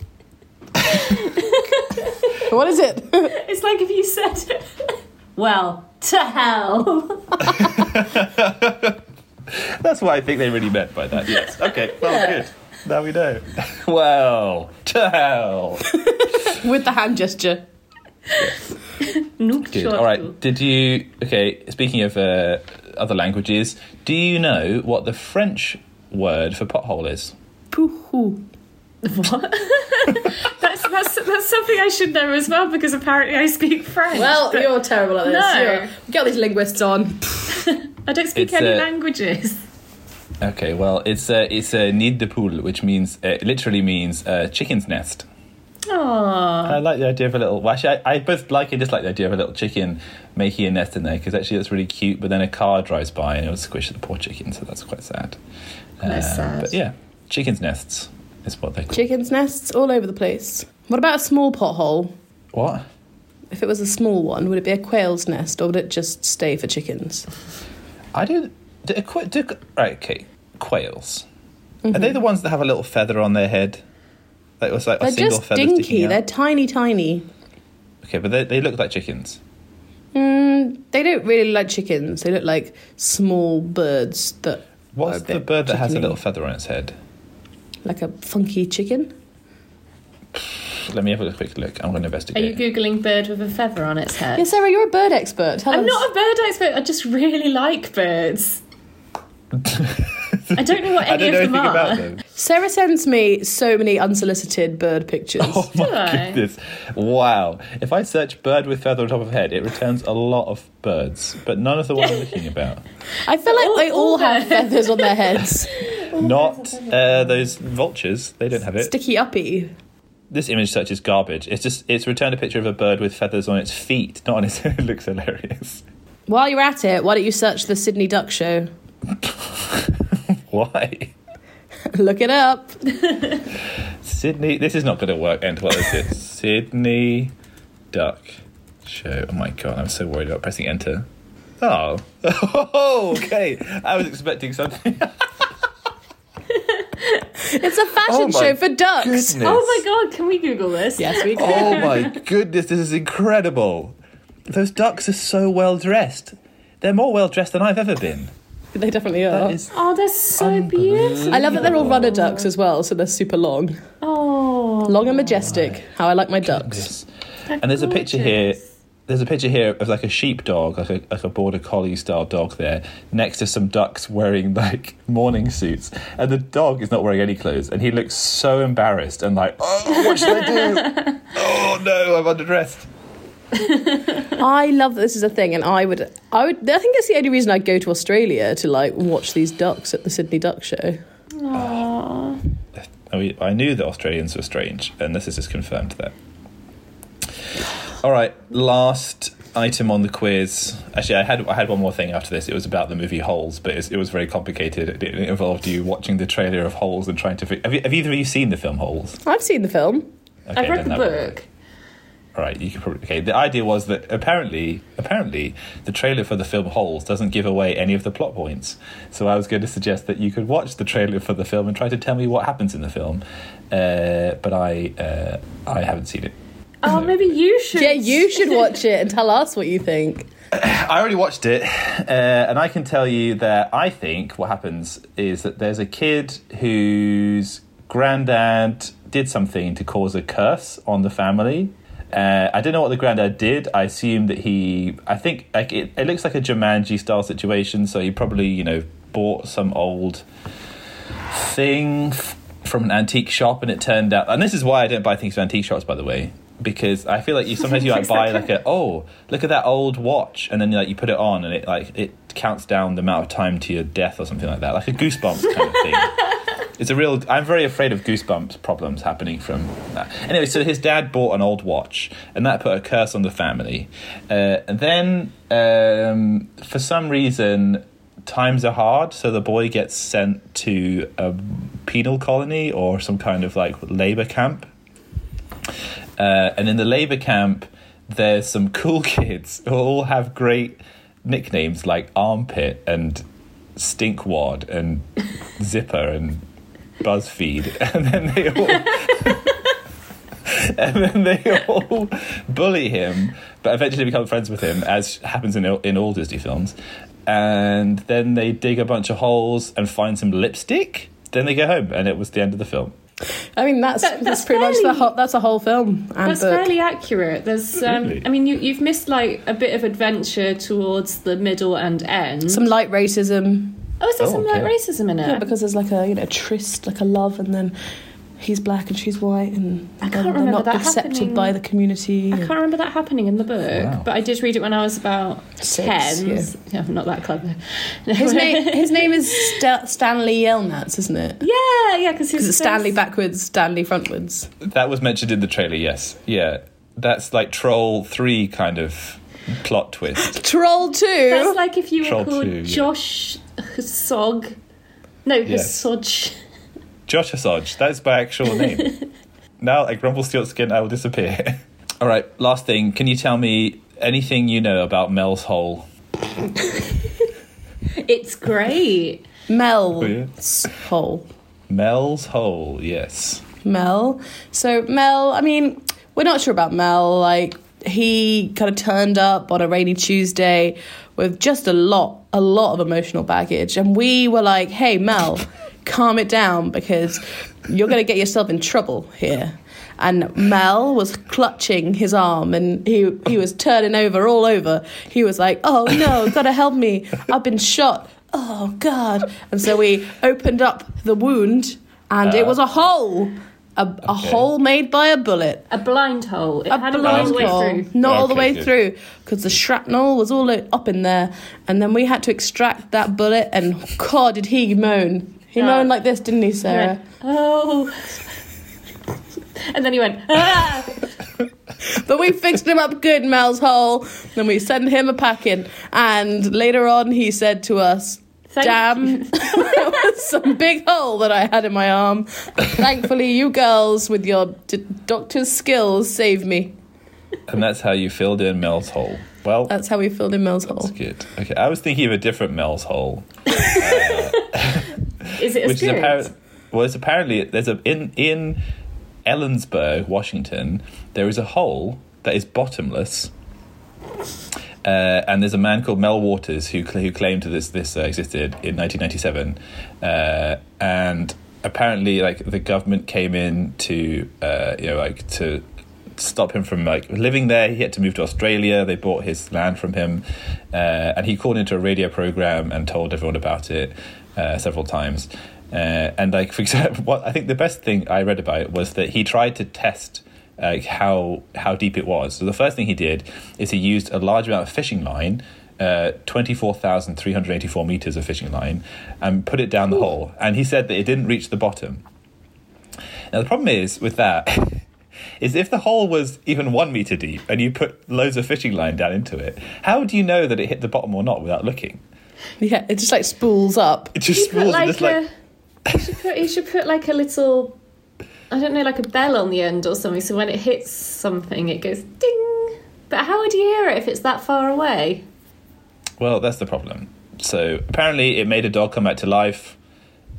Speaker 1: What is it? (laughs)
Speaker 3: It's like if you said, (laughs) "Well, to hell."
Speaker 2: That's what I think they really meant by that. Yes. Okay. Well, good. Now we know. (laughs) well, to hell.
Speaker 1: With the hand gesture.
Speaker 3: "Ну к
Speaker 2: Good.
Speaker 3: черту."
Speaker 2: All right. Did you? Okay. Speaking of uh, other languages, do you know what the French word for pothole is?
Speaker 1: Pooh.
Speaker 3: (laughs) That's, that's that's something I should know as well because apparently I speak French.
Speaker 1: Well, you're terrible at this.
Speaker 3: No.
Speaker 1: You're- get all these linguists on.
Speaker 3: I don't speak
Speaker 2: It's,
Speaker 3: any
Speaker 2: uh,
Speaker 3: languages.
Speaker 2: Okay. Well, it's uh, it's a uh, nid de poule, which means uh, it literally means uh, chicken's nest.
Speaker 3: Oh,
Speaker 2: I like the idea of a little. Well, actually, I, I both like and dislike the idea of a little chicken making a nest in there because actually that's really cute. But then a car drives by and it'll squish the poor chicken, so that's quite sad. Um,
Speaker 3: That's sad.
Speaker 2: But yeah, chickens' nests is what they're called.
Speaker 1: Chickens' nests all over the place. What about a small pothole?
Speaker 2: what?
Speaker 1: If it was a small one, would it be a quail's nest or would it just stay for chickens?
Speaker 2: I do. do, a qu- do right, okay. Quails. Are
Speaker 3: Mm-hmm.
Speaker 2: they the ones that have a little feather on their head? Like, it was like a
Speaker 1: They're
Speaker 2: single
Speaker 1: just
Speaker 2: feather sticking
Speaker 1: dinky.
Speaker 2: out?
Speaker 1: They're tiny, tiny.
Speaker 2: Okay, but they, they look like chickens.
Speaker 1: Mm, they don't really like chickens. They look like small birds that. are
Speaker 2: What's
Speaker 1: a
Speaker 2: the
Speaker 1: bit
Speaker 2: bird that has a
Speaker 1: chickeny.
Speaker 2: little feather on its head?
Speaker 1: Like a funky chicken?
Speaker 2: Let me have a quick look. I'm going to
Speaker 3: are
Speaker 2: investigate.
Speaker 3: you googling bird with a feather on its head?
Speaker 1: Yeah, Sarah, you're a bird expert. Tell
Speaker 3: I'm
Speaker 1: us.
Speaker 3: not a bird expert. I just really
Speaker 2: (laughs)
Speaker 3: like birds. I don't know what
Speaker 2: I don't
Speaker 3: any
Speaker 2: know
Speaker 3: of
Speaker 2: anything
Speaker 3: them are.
Speaker 2: about them.
Speaker 1: Sarah sends me so many unsolicited bird pictures.
Speaker 2: (laughs) Oh my
Speaker 3: Do I?
Speaker 2: goodness. Wow. If I search bird with feather on top of head, it returns a lot of birds, but none of the ones I'm looking about.
Speaker 1: I feel like
Speaker 3: All-
Speaker 1: they all
Speaker 3: all
Speaker 1: have
Speaker 3: birds.
Speaker 1: feathers
Speaker 3: (laughs)
Speaker 1: on their heads.
Speaker 2: Not uh, those vultures. They don't have it.
Speaker 1: Sticky uppy.
Speaker 2: This image search is garbage. It's just it's returned a picture of a bird with feathers on its feet, not on its (laughs) head. It looks hilarious. (laughs)
Speaker 1: While you're at it, why don't you search the Sydney Duck Show? (laughs)
Speaker 2: Why?
Speaker 1: Look it up.
Speaker 2: Sydney. This is not going to work. Enter what is it? Sydney Duck Show. Oh my god, I'm so worried about pressing enter. Oh. (laughs) Oh, okay. I was expecting something.
Speaker 1: It's a fashion
Speaker 2: Oh my
Speaker 1: show for ducks.
Speaker 3: Oh my god! Can we Google this?
Speaker 1: Yes, we can. (laughs)
Speaker 2: Oh my goodness, this is incredible. Those ducks are so well dressed. They're more well dressed than I've ever been.
Speaker 1: They definitely are.
Speaker 2: That is
Speaker 3: Oh, they're so beautiful.
Speaker 1: I love that they're all runner ducks as well, so they're super long.
Speaker 3: Oh,
Speaker 1: Long and majestic. How I like my ducks.
Speaker 2: this. And there's a picture here. There's a picture here of like a sheepdog, like a, like a border collie style dog there, next to some ducks wearing like morning suits. And the dog is not wearing any clothes. And he looks so embarrassed and like, oh, what should I
Speaker 1: (laughs)
Speaker 2: do? oh no, I'm underdressed.
Speaker 1: I love that this is a thing, and I would, I would, I think it's the only reason I'd go to Australia to like watch these ducks at the Sydney Duck Show.
Speaker 3: Aw.
Speaker 2: I, mean, I knew that Australians were strange, and this has just confirmed that. All right, last item on the quiz. Actually, I had I had one more thing after this. It was about the movie Holes, but it's, it was very complicated. It, it involved you watching the trailer of Holes and trying to. Fi- have, you, have either of you seen the film Holes?
Speaker 1: I've seen the film.
Speaker 2: Okay,
Speaker 3: I've read
Speaker 2: then
Speaker 3: the
Speaker 2: that won't
Speaker 3: book.
Speaker 2: work. All right, you can probably. Okay, the idea was that apparently, apparently, the trailer for the film Holes doesn't give away any of the plot points. So I was going to suggest that you could watch the trailer for the film and try to tell me what happens in the film. Uh, but I, uh, I haven't seen it.
Speaker 3: Oh, maybe you should.
Speaker 1: Yeah, you should watch it and tell us what you think.
Speaker 2: I already watched it, uh, and I can tell you that I think what happens is that there's a kid whose granddad did something to cause a curse on the family. Uh, I don't know what the granddad did. I assume that he, I think, like it, it looks like a Jumanji style situation. So he probably, you know, bought some old thing f- from an antique shop, and it turned out. And this is why I don't buy things from antique shops, by the way, because I feel like you sometimes you like buy like a oh look at that old watch, and then like you put it on, and it like it counts down the amount of time to your death or something like that, like a goosebumps kind of thing. It's a real. I'm very afraid of goosebumps problems happening from that. Anyway, so his dad bought an old watch, and that put a curse on the family. Uh, and then, um, for some reason, times are hard, so the boy gets sent to a penal colony or some kind of like labor camp. Uh, and in the labor camp, there's some cool (laughs) kids who all have great nicknames like armpit and stink wad and zipper and buzzfeed (laughs) and then they all (laughs) and then they all bully him but eventually become friends with him as happens in, all- in all disney films and then they dig a bunch of holes and find some lipstick then they go home and it was the end of the film
Speaker 1: I mean, that's
Speaker 3: That-
Speaker 1: that's,
Speaker 3: that's
Speaker 1: pretty much the
Speaker 3: fairly-
Speaker 1: whole, that's a whole film and
Speaker 3: (laughs) That's
Speaker 1: book.
Speaker 3: fairly accurate. There's, um,
Speaker 2: Really?
Speaker 3: I mean, you, you've missed like a bit of adventure towards the middle and end.
Speaker 1: Some light racism,
Speaker 3: oh, is there
Speaker 2: Oh,
Speaker 3: some like
Speaker 2: okay.
Speaker 3: racism in it?
Speaker 1: yeah, because there's like a you know tryst, like a love, and then he's black and she's white, and
Speaker 3: I
Speaker 1: then
Speaker 3: can't
Speaker 1: they're
Speaker 3: remember
Speaker 1: not
Speaker 3: that
Speaker 1: accepted
Speaker 3: happening.
Speaker 1: by the community.
Speaker 3: I can't remember that happening in the book,
Speaker 2: Wow.
Speaker 3: but I did read it when I was about
Speaker 1: Six,
Speaker 3: ten.
Speaker 1: yeah.
Speaker 3: Yeah, I'm not that clever. (laughs)
Speaker 1: His name his name is St- Stanley Yelnats, isn't it?
Speaker 3: yeah, yeah, because
Speaker 1: Because it's Stanley backwards, Stanley frontwards.
Speaker 2: that was mentioned in the trailer yes yeah that's like troll 3 kind of
Speaker 1: (laughs)
Speaker 2: plot twist
Speaker 1: Troll
Speaker 3: That's
Speaker 1: two.
Speaker 3: like if you were
Speaker 2: Troll
Speaker 3: called
Speaker 2: two, yeah.
Speaker 3: Josh Hsog. No,
Speaker 2: Yes.
Speaker 3: Hsog.
Speaker 2: Josh Assange. That's my actual name. now, like Rumpelstiltskin, I will disappear. (laughs) All right, last thing. Can you tell me anything you know about Mel's hole?
Speaker 3: It's great.
Speaker 1: Mel
Speaker 2: yeah.
Speaker 1: hole.
Speaker 2: Mel's hole, yes.
Speaker 1: Mel. So Mel, I mean, we're not sure about Mel. Like he kind of turned up on a rainy Tuesday with just a lot, a lot of emotional baggage, and we were like, "Hey, Mel, calm it down because you're going to get yourself in trouble here." And Mel was clutching his arm, and he he was turning over all over. He was like, "Oh no, gotta help me! I've been shot." Oh God! And so we opened up the wound, and it
Speaker 2: Uh.
Speaker 1: was a hole. A, a
Speaker 2: Okay.
Speaker 1: hole made by a bullet.
Speaker 3: A blind hole. It
Speaker 1: A
Speaker 3: had
Speaker 1: blind
Speaker 3: a blind
Speaker 1: hole.
Speaker 3: way through.
Speaker 1: Not all the
Speaker 2: Okay,
Speaker 1: way
Speaker 2: good.
Speaker 1: through because the shrapnel was all o- up in there. And then we had to extract that bullet. And God, did he moan? He
Speaker 3: Yeah.
Speaker 1: moaned like this, didn't he,
Speaker 3: He
Speaker 1: Sarah?
Speaker 3: went, oh. and then he went, ah.
Speaker 1: But we fixed him up good, Mel's hole. Then we sent him a packing. And later on, he said to us, (laughs)
Speaker 3: Thank-
Speaker 1: Damn, that was some big hole that I had in my arm. Thankfully, you girls with your d- doctor's skills saved me.
Speaker 2: And that's how you filled in Mel's hole. Well, that's
Speaker 1: That's how we filled in Mel's hole.
Speaker 2: good. Okay, I was thinking of a different Mel's hole,
Speaker 3: Is it as
Speaker 2: which is
Speaker 3: good?
Speaker 2: apparent. Well, it's apparently there's a in in Ellensburg, Washington. There is a hole that is bottomless, uh, and there's a man called Mel Waters who cl- who claimed this this uh, existed in 1997, uh, and apparently like the government came in to uh, you know like to stop him from like living there. He had to move to Australia. They bought his land from him, uh, and he called into a radio program and told everyone about it uh, several times. Uh, and like for example, (laughs) what I think the best thing I read about it was that he tried to test like uh, how how deep it was. So the first thing he did is he used a large amount of fishing line. Uh, 24,384 meters of fishing line and put it down the hole. And he said that it didn't reach the bottom. Now, the problem is with that (laughs) is if the hole was even one meter deep and you put loads of fishing line down into it, how do you know that it hit the bottom or not without looking?
Speaker 1: Yeah, it just like spools up.
Speaker 2: It
Speaker 3: You
Speaker 2: just
Speaker 3: put
Speaker 2: spools and
Speaker 3: like
Speaker 2: just
Speaker 3: a.
Speaker 2: like,
Speaker 3: you should put. You should put like a little. I don't know, like a bell on the end or something. So when it hits something, it goes ding. But how would you hear it if it's that far away?
Speaker 2: well, that's the problem. So apparently, it made a dog come back to life.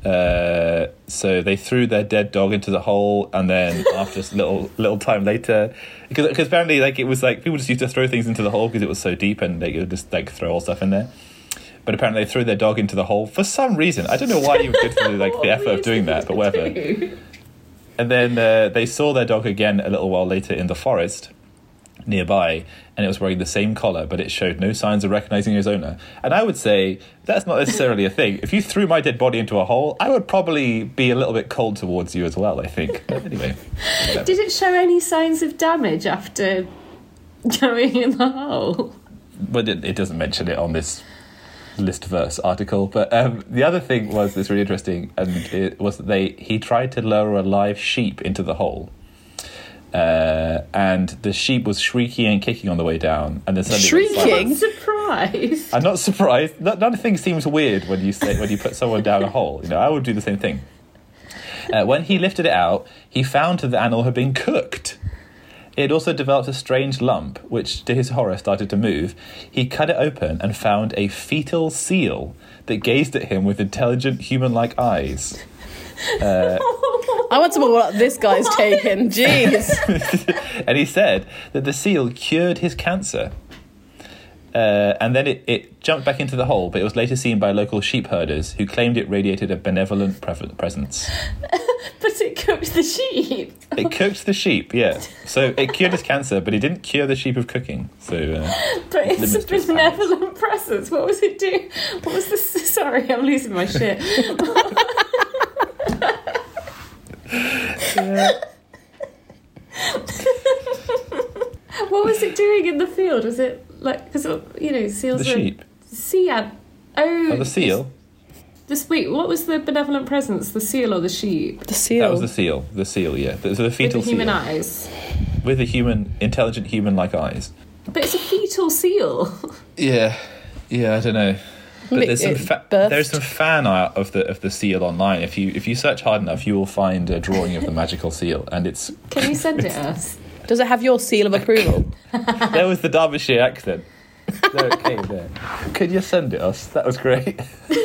Speaker 2: Uh, so they threw their dead dog into the hole, and
Speaker 3: (laughs)
Speaker 2: then after a little little time later, because because apparently like it was like people just used to throw things into the hole because it was so deep, and they could just like throw all stuff in there. But apparently,
Speaker 3: (laughs)
Speaker 2: they threw their dog into the hole for some reason. I don't know why you would go through like
Speaker 3: What
Speaker 2: the effort
Speaker 3: were
Speaker 2: of
Speaker 3: you
Speaker 2: doing that, but whatever.
Speaker 3: do?
Speaker 2: and then uh, they saw their dog again a little while later in the forest nearby, and it was wearing the same collar, but it showed no signs of recognizing its owner. And I would say that's not necessarily a thing. If you threw my dead body into a hole, I would probably be a little bit cold towards you as well. I think. (laughs) But anyway, whatever.
Speaker 3: Did it show any signs of damage after (laughs) going in the hole?
Speaker 2: but it, it doesn't mention it on this list verse article. But um, the other thing was that's really interesting, and it was that they he tried to lower a live sheep into the hole. Uh, and the sheep was shrieking and kicking on the way down, and then suddenly it went silent.
Speaker 1: Shrieking?
Speaker 3: I'm surprised.
Speaker 2: I'm not surprised. No- Nothing seems weird when you say when you put someone down a hole. You know, I would do the same thing. Uh, when he lifted it out, he found that the animal had been cooked. It also developed a strange lump, which, to his horror, started to move. He cut it open and found a fetal seal that gazed at him with intelligent, human-like eyes.
Speaker 1: I want to know what this guy's taken. Jeez.
Speaker 2: and he said that the seal cured his cancer. Uh, and then it, it jumped back into the hole, but it was later seen by local sheep herders who claimed it radiated a benevolent pref- presence.
Speaker 3: But it cooked the sheep. (laughs)
Speaker 2: It cooked the sheep, yeah. So it cured his cancer, but it didn't cure the sheep of cooking. So uh,
Speaker 3: But it's
Speaker 2: Limits to its
Speaker 3: a benevolent presence. What was it doing? What was this? (laughs) Sorry, I'm losing
Speaker 2: (laughs)
Speaker 3: my shit. (laughs) what was it doing in the field? Was it like because you know seals
Speaker 2: the
Speaker 3: are-
Speaker 2: sheep,
Speaker 3: sea ab- oh
Speaker 2: or the seal.
Speaker 3: This wait, what was the benevolent presence? The seal or the sheep?
Speaker 1: The seal.
Speaker 2: That was the seal. The seal, yeah. The, so the fetal
Speaker 3: With the human
Speaker 2: seal
Speaker 3: eyes.
Speaker 2: with the human, intelligent human-like eyes.
Speaker 3: But it's a fetal seal. (laughs)
Speaker 2: Yeah, yeah, I don't know. But
Speaker 1: It-
Speaker 2: there's some
Speaker 1: it
Speaker 2: fa-
Speaker 1: birthed.
Speaker 2: there's some fan art of the of the seal online. If you if you search hard enough, you will find a drawing of the magical seal, and
Speaker 3: (laughs)
Speaker 2: it's
Speaker 3: Can you send it us?
Speaker 1: Does it have your seal of approval?
Speaker 2: there was the Derbyshire accent. There it came there. Could you send it us? That was great. (laughs)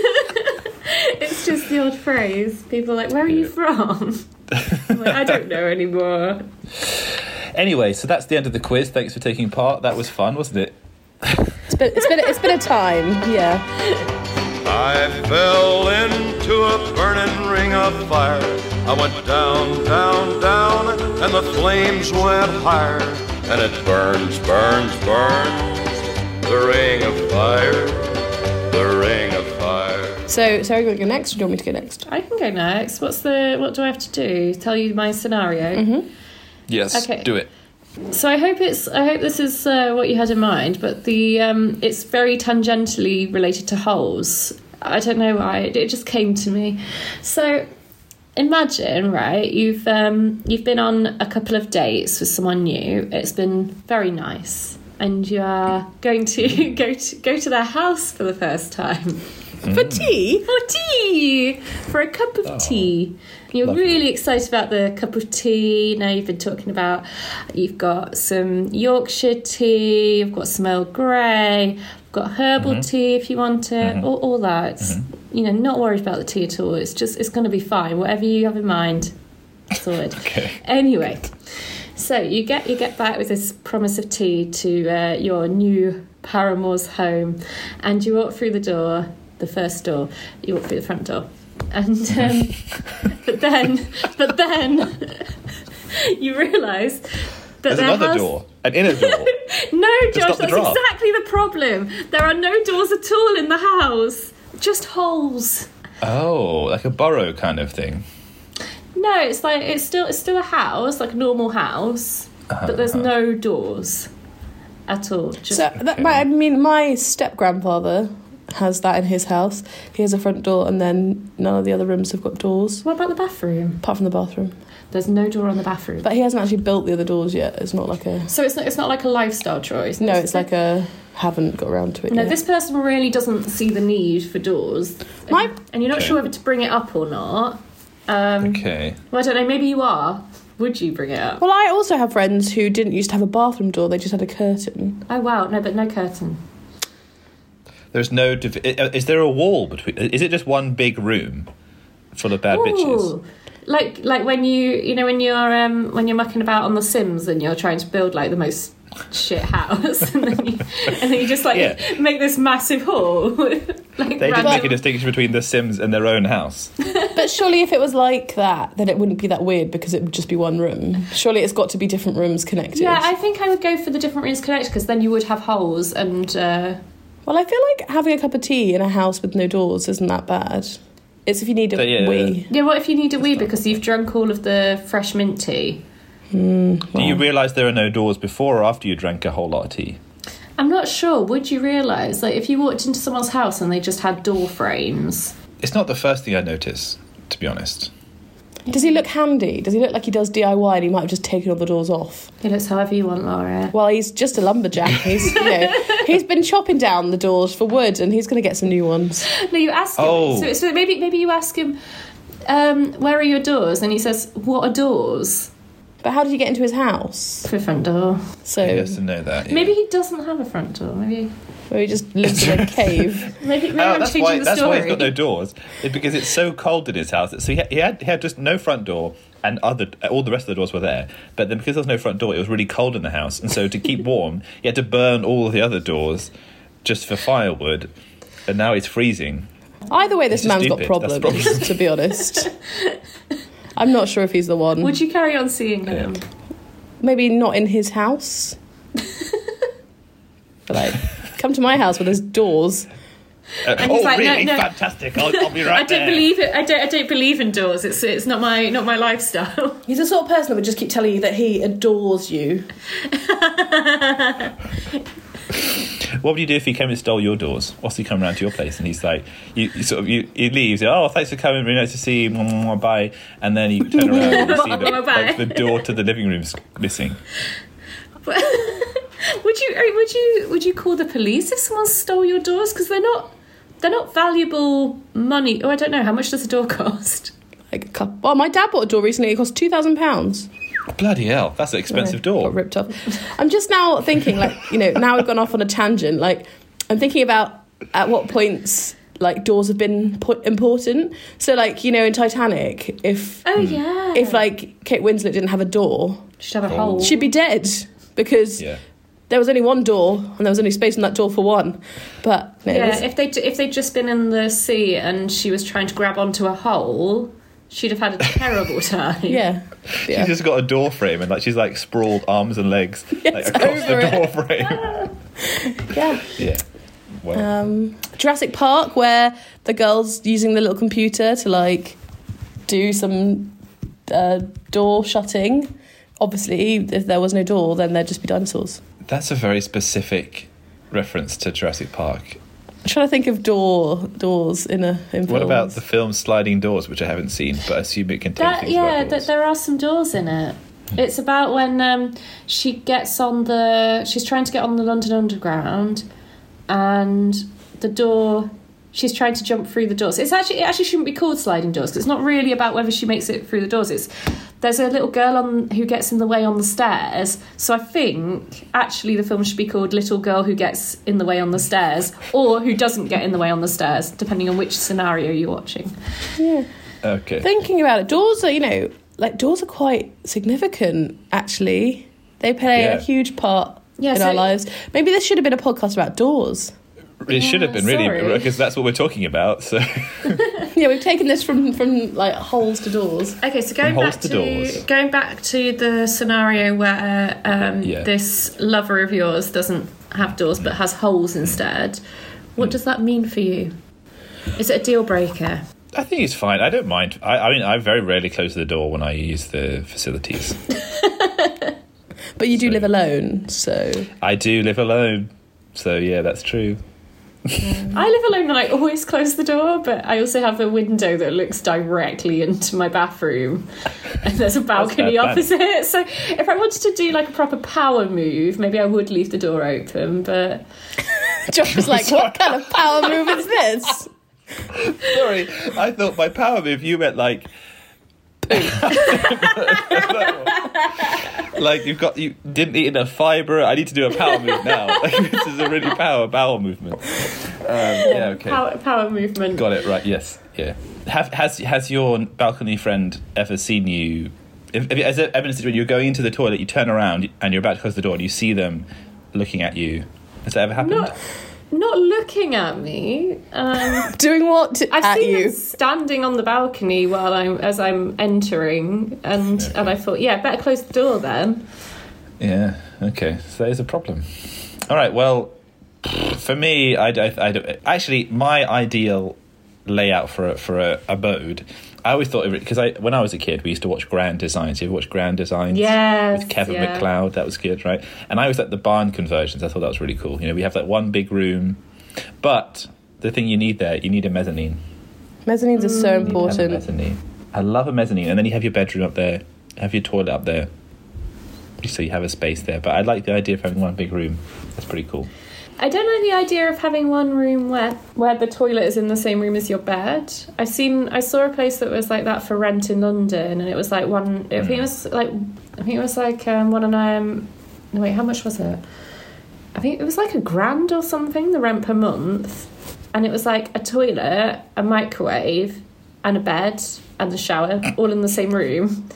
Speaker 3: It's just the old phrase. People are like, where are you from? I'm like, I don't know anymore.
Speaker 2: Anyway, so that's the end of the quiz. Thanks for taking part. That was fun, wasn't it?
Speaker 1: It's been, it's been, it's been a time. Yeah.
Speaker 4: I fell into a burning ring of fire. I went down, down, down, and the flames went higher. And it burns, burns, burns. The ring of fire, the ring of fire.
Speaker 1: So, Sarah, you want to go next, or do you want me to go next?
Speaker 3: I can go next. What's the what do I have to do? Tell you my scenario.
Speaker 2: Yes.
Speaker 3: Okay.
Speaker 2: Do it.
Speaker 3: So I hope it's I hope this is uh, what you had in mind, but the um, it's very tangentially related to holes. I don't know why it, it just came to me. So imagine right you've um, you've been on a couple of dates with someone new. It's been very nice, and you are going to (laughs) go to go to their house for the first time
Speaker 1: For tea?
Speaker 3: for tea for a cup of tea you're
Speaker 2: lovely.
Speaker 3: really excited about the cup of tea now you've been talking about you've got some yorkshire tea you've got some earl grey you've got herbal tea if you want it all, all that It's, you know not worried about the tea at all it's just it's going to be fine whatever you have in mind sorted
Speaker 2: Okay.
Speaker 3: anyway so you get you get back with this promise of tea to uh, your new paramour's home, and you walk through the door, the first door. You walk through the front door, and
Speaker 2: (laughs)
Speaker 3: um, but then but then (laughs) you realise that
Speaker 2: There's
Speaker 3: there
Speaker 2: another
Speaker 3: has
Speaker 2: door, an inner door.
Speaker 3: no,
Speaker 2: not
Speaker 3: Josh,
Speaker 2: the
Speaker 3: that's
Speaker 2: draft.
Speaker 3: exactly the problem. There are no doors at all in the house, just holes.
Speaker 2: oh, like a burrow kind of thing.
Speaker 3: No, it's like it's still it's still a house, like a normal house, but there's no doors at all. Just
Speaker 1: Uh-huh. So, that, my, I mean, my step grandfather has that in his house. He has a front door, and then none of the other rooms have got doors,
Speaker 3: what about the bathroom?
Speaker 1: apart from the bathroom.
Speaker 3: There's no door on the bathroom.
Speaker 1: But he hasn't actually built the other doors yet. It's not like a.
Speaker 3: so it's not it's not like a lifestyle choice.
Speaker 1: No, it's like a. Haven't got around to it
Speaker 3: no.
Speaker 1: yet.
Speaker 3: This person really doesn't see the need for doors,
Speaker 1: My-
Speaker 3: and you're not
Speaker 2: Okay.
Speaker 3: sure whether to bring it up or not. Um,
Speaker 2: Okay.
Speaker 3: well, I don't know. Maybe you are. Would you bring it up?
Speaker 1: Well, I also have friends who didn't used to have a bathroom door, they just had a curtain.
Speaker 3: Oh wow, no, but no curtain.
Speaker 2: There's no. Div- i- is there a wall between? Is it just one big room full of bad bitches?
Speaker 3: Ooh, like like when you you know when you're um when you're mucking about on the Sims and you're trying to build like the most shit house (laughs) and then you, and then you just like
Speaker 2: Yeah.
Speaker 3: make this massive hall (laughs) with, like
Speaker 2: They did
Speaker 3: random-
Speaker 2: make a distinction between The Sims and their own house.
Speaker 1: But surely, if it was like that, then it wouldn't be that weird because it would just be one room. Surely, it's got to be different rooms connected.
Speaker 3: yeah I think I would go for the different rooms connected because then you would have holes and uh,
Speaker 1: well, I feel like having a cup of tea in a house with no doors isn't that bad. It's if you need a
Speaker 2: But yeah.
Speaker 1: wee.
Speaker 3: yeah what if you need a wee because you've drunk all of the fresh mint tea
Speaker 2: Do you realise there are no doors before or after you drank a whole lot of tea?
Speaker 3: I'm not sure would you realise like if you walked into someone's house and they just had door frames
Speaker 2: It's not the first thing I notice, to be honest.
Speaker 1: Does he look handy? Does he look like he does DIY and he might have just taken all the doors off?
Speaker 3: it looks however you want Laura
Speaker 1: Well, he's just a lumberjack. He's you (laughs) know he's been chopping down the doors for wood, and he's going to get some new ones.
Speaker 3: No, you ask him.
Speaker 2: Oh.
Speaker 3: So, so maybe maybe you ask him, um, where are your doors? And he says, what are doors?
Speaker 1: But how did he get into his house?
Speaker 3: For a front door.
Speaker 1: So
Speaker 2: He has to know that. yeah. Oh,
Speaker 3: Maybe he doesn't have a front door. Maybe
Speaker 1: well, he just lives in a cave.
Speaker 3: maybe, maybe
Speaker 2: Oh,
Speaker 3: I'm
Speaker 2: that's
Speaker 3: changing
Speaker 2: why.
Speaker 3: the
Speaker 2: That's why
Speaker 3: story.
Speaker 2: he's got no doors. It's because it's so cold in his house. So he had, he had he had just no front door, and other all the rest of the doors were there. But then because there was no front door, it was really cold in the house, and so to
Speaker 3: (laughs)
Speaker 2: keep warm, he had to burn all the other doors just for firewood. And now it's freezing.
Speaker 1: Either way, this
Speaker 2: He's just
Speaker 1: man's got
Speaker 2: stupid. That's
Speaker 1: problems. To be honest, I'm not sure if he's the one.
Speaker 3: Would you carry on seeing him?
Speaker 1: Maybe not in his house. but like, come to my house with his doors.
Speaker 2: Uh,
Speaker 3: And
Speaker 2: oh,
Speaker 3: he's like, no,
Speaker 2: really?
Speaker 3: no.
Speaker 2: Fantastic! I'll, I'll be right
Speaker 3: (laughs) I don't
Speaker 2: there.
Speaker 3: believe it. I don't. I don't believe in doors. It's it's not my not my lifestyle. (laughs)
Speaker 1: He's the sort of person that would just keep telling you that he adores you.
Speaker 2: What would you do if he came and stole your doors? What's he come round to your place and he's like, you, you sort of, you, he leaves. you're, Oh, thanks for coming. Really nice to see you. Mwah, mwah, mwah, Bye. And then you turn around and you see the,
Speaker 3: (laughs) Bye.
Speaker 2: like, the door to the living room's missing.
Speaker 3: Would you I mean, would you would you call the police if someone stole your doors? Because they're not they're not valuable money. Oh, I don't know. How much does a door cost?
Speaker 1: Like a cup. Oh, my dad bought a door recently. It cost two thousand pounds.
Speaker 2: Bloody hell, that's an expensive door.
Speaker 1: Got ripped off. I'm just now thinking, like, you know, now we've gone off on a tangent. Like, I'm thinking about at what points like doors have been po- important. So, like, you know, in Titanic, if
Speaker 2: Hmm.
Speaker 3: Oh yeah.
Speaker 1: if like Kate Winslet didn't have a door,
Speaker 3: should have a hole.
Speaker 2: Oh.
Speaker 1: she'd be dead because
Speaker 2: Yeah.
Speaker 1: there was only one door and there was only space in that door for one. But no,
Speaker 3: yeah,
Speaker 1: this-
Speaker 3: if they if they'd just been in the sea and she was trying to grab onto a hole, she'd have had a terrible (laughs) time.
Speaker 1: yeah, yeah.
Speaker 2: She's just got a door frame and like she's like sprawled arms and
Speaker 3: (laughs)
Speaker 2: legs like,
Speaker 1: Yes,
Speaker 2: across
Speaker 1: over
Speaker 2: the
Speaker 1: it.
Speaker 2: door frame.
Speaker 1: yeah.
Speaker 2: yeah.
Speaker 3: Uh.
Speaker 2: Well,
Speaker 1: Um, Jurassic Park, where the girl's using the little computer to like do some uh, door shutting. Obviously, if there was no door, then there'd just be dinosaurs.
Speaker 2: that's a very specific reference to Jurassic Park.
Speaker 1: I'm trying to think of door doors in a in
Speaker 2: What about
Speaker 1: films.
Speaker 2: the film Sliding Doors, which I haven't seen, but I assume it contains
Speaker 3: That,
Speaker 2: things
Speaker 3: yeah,
Speaker 2: about doors?
Speaker 3: th- there are some doors in it. It's about when um, she gets on the. She's trying to get on the London Underground, and the door. She's trying to jump through the doors. It's actually it actually shouldn't be called sliding doors 'cause it's not really about whether she makes it through the doors. It's there's a little girl on who gets in the way on the stairs. So I think actually the film should be called Little Girl Who Gets in the Way on the Stairs or Who Doesn't Get in the Way on the Stairs, depending on which scenario you're watching.
Speaker 2: okay.
Speaker 1: thinking about it? Doors are you know like doors are quite significant actually. They play
Speaker 2: Yeah.
Speaker 1: a huge part
Speaker 3: Yeah,
Speaker 1: in
Speaker 3: so-
Speaker 1: our lives. Maybe this should have been a podcast about doors. (laughs)
Speaker 2: It should have been really
Speaker 3: sorry.
Speaker 2: because that's what we're talking about. So (laughs)
Speaker 1: yeah, we've taken this from from like holes to doors.
Speaker 3: Okay, so going
Speaker 2: holes
Speaker 3: back
Speaker 2: to
Speaker 3: to,
Speaker 2: doors.
Speaker 3: going back to the scenario where um,
Speaker 2: Yeah.
Speaker 3: this lover of yours doesn't have doors but has holes instead.
Speaker 2: Mm.
Speaker 3: What does that mean for you? Is it a deal breaker?
Speaker 2: I think it's fine. I don't mind. I, I mean, I very rarely close the door when I use the facilities.
Speaker 1: But you do
Speaker 2: So-
Speaker 1: live alone, so
Speaker 2: I do live alone, so yeah, that's true.
Speaker 3: I live alone and I always close the door, but I also have a window that looks directly into my bathroom, (laughs) and there's a balcony
Speaker 2: bad.
Speaker 3: opposite. (laughs) So if I wanted to do like a proper power move, maybe I would leave the door open, but.
Speaker 1: Josh (laughs) was like, "What kind of power move is this?"
Speaker 2: Sorry, I thought by power move you meant like. (laughs) like you've got you didn't eat enough fiber. I need to do a power move now. (laughs) Like, this is a really power bowel movement. Um, yeah, okay,
Speaker 3: Power, power movement.
Speaker 2: got it right. Yes, Yeah. Have, has has your balcony friend ever seen you? Have, have, you- has there ever been a situation when you're going into the toilet, you turn around and you're about to close the door, and you see them looking at you? Has that ever happened?
Speaker 3: Not, not looking at me. Um,
Speaker 1: (laughs) Doing what to,
Speaker 3: I've
Speaker 1: at
Speaker 3: seen
Speaker 1: you?
Speaker 3: them standing on the balcony while I'm as I'm entering, and and I thought, yeah, better close the door then.
Speaker 2: Yeah. Okay. So there's a problem. All right. Well, for me, I, I, I- actually my ideal layout for a, for a abode. I always thought of it because I when I was a kid we used to watch Grand Designs. You ever watch Grand Designs?
Speaker 3: Yes,
Speaker 2: With Kevin
Speaker 3: yeah.
Speaker 2: McLeod, that was good, right? And I always like the barn conversions. I thought that was really cool. You know, we have that one big room, but the thing you need there, you need a mezzanine.
Speaker 1: Mezzanines are so
Speaker 2: You need to have a
Speaker 1: important.
Speaker 2: mezzanine. I love a mezzanine, and then you have your bedroom up there, have your toilet up there, so you have a space there. But I like the idea of having one big room. That's pretty cool.
Speaker 3: I don't know the idea of having one room where where the toilet is in the same room as your bed. I've seen I saw a place that was like that for rent in London, and it was like one. I think it was like I think it was like um, one and um. No wait, how much was it? I think it was like a grand or something the rent per month, and it was like a toilet, a microwave, and a bed and a shower all in the same room.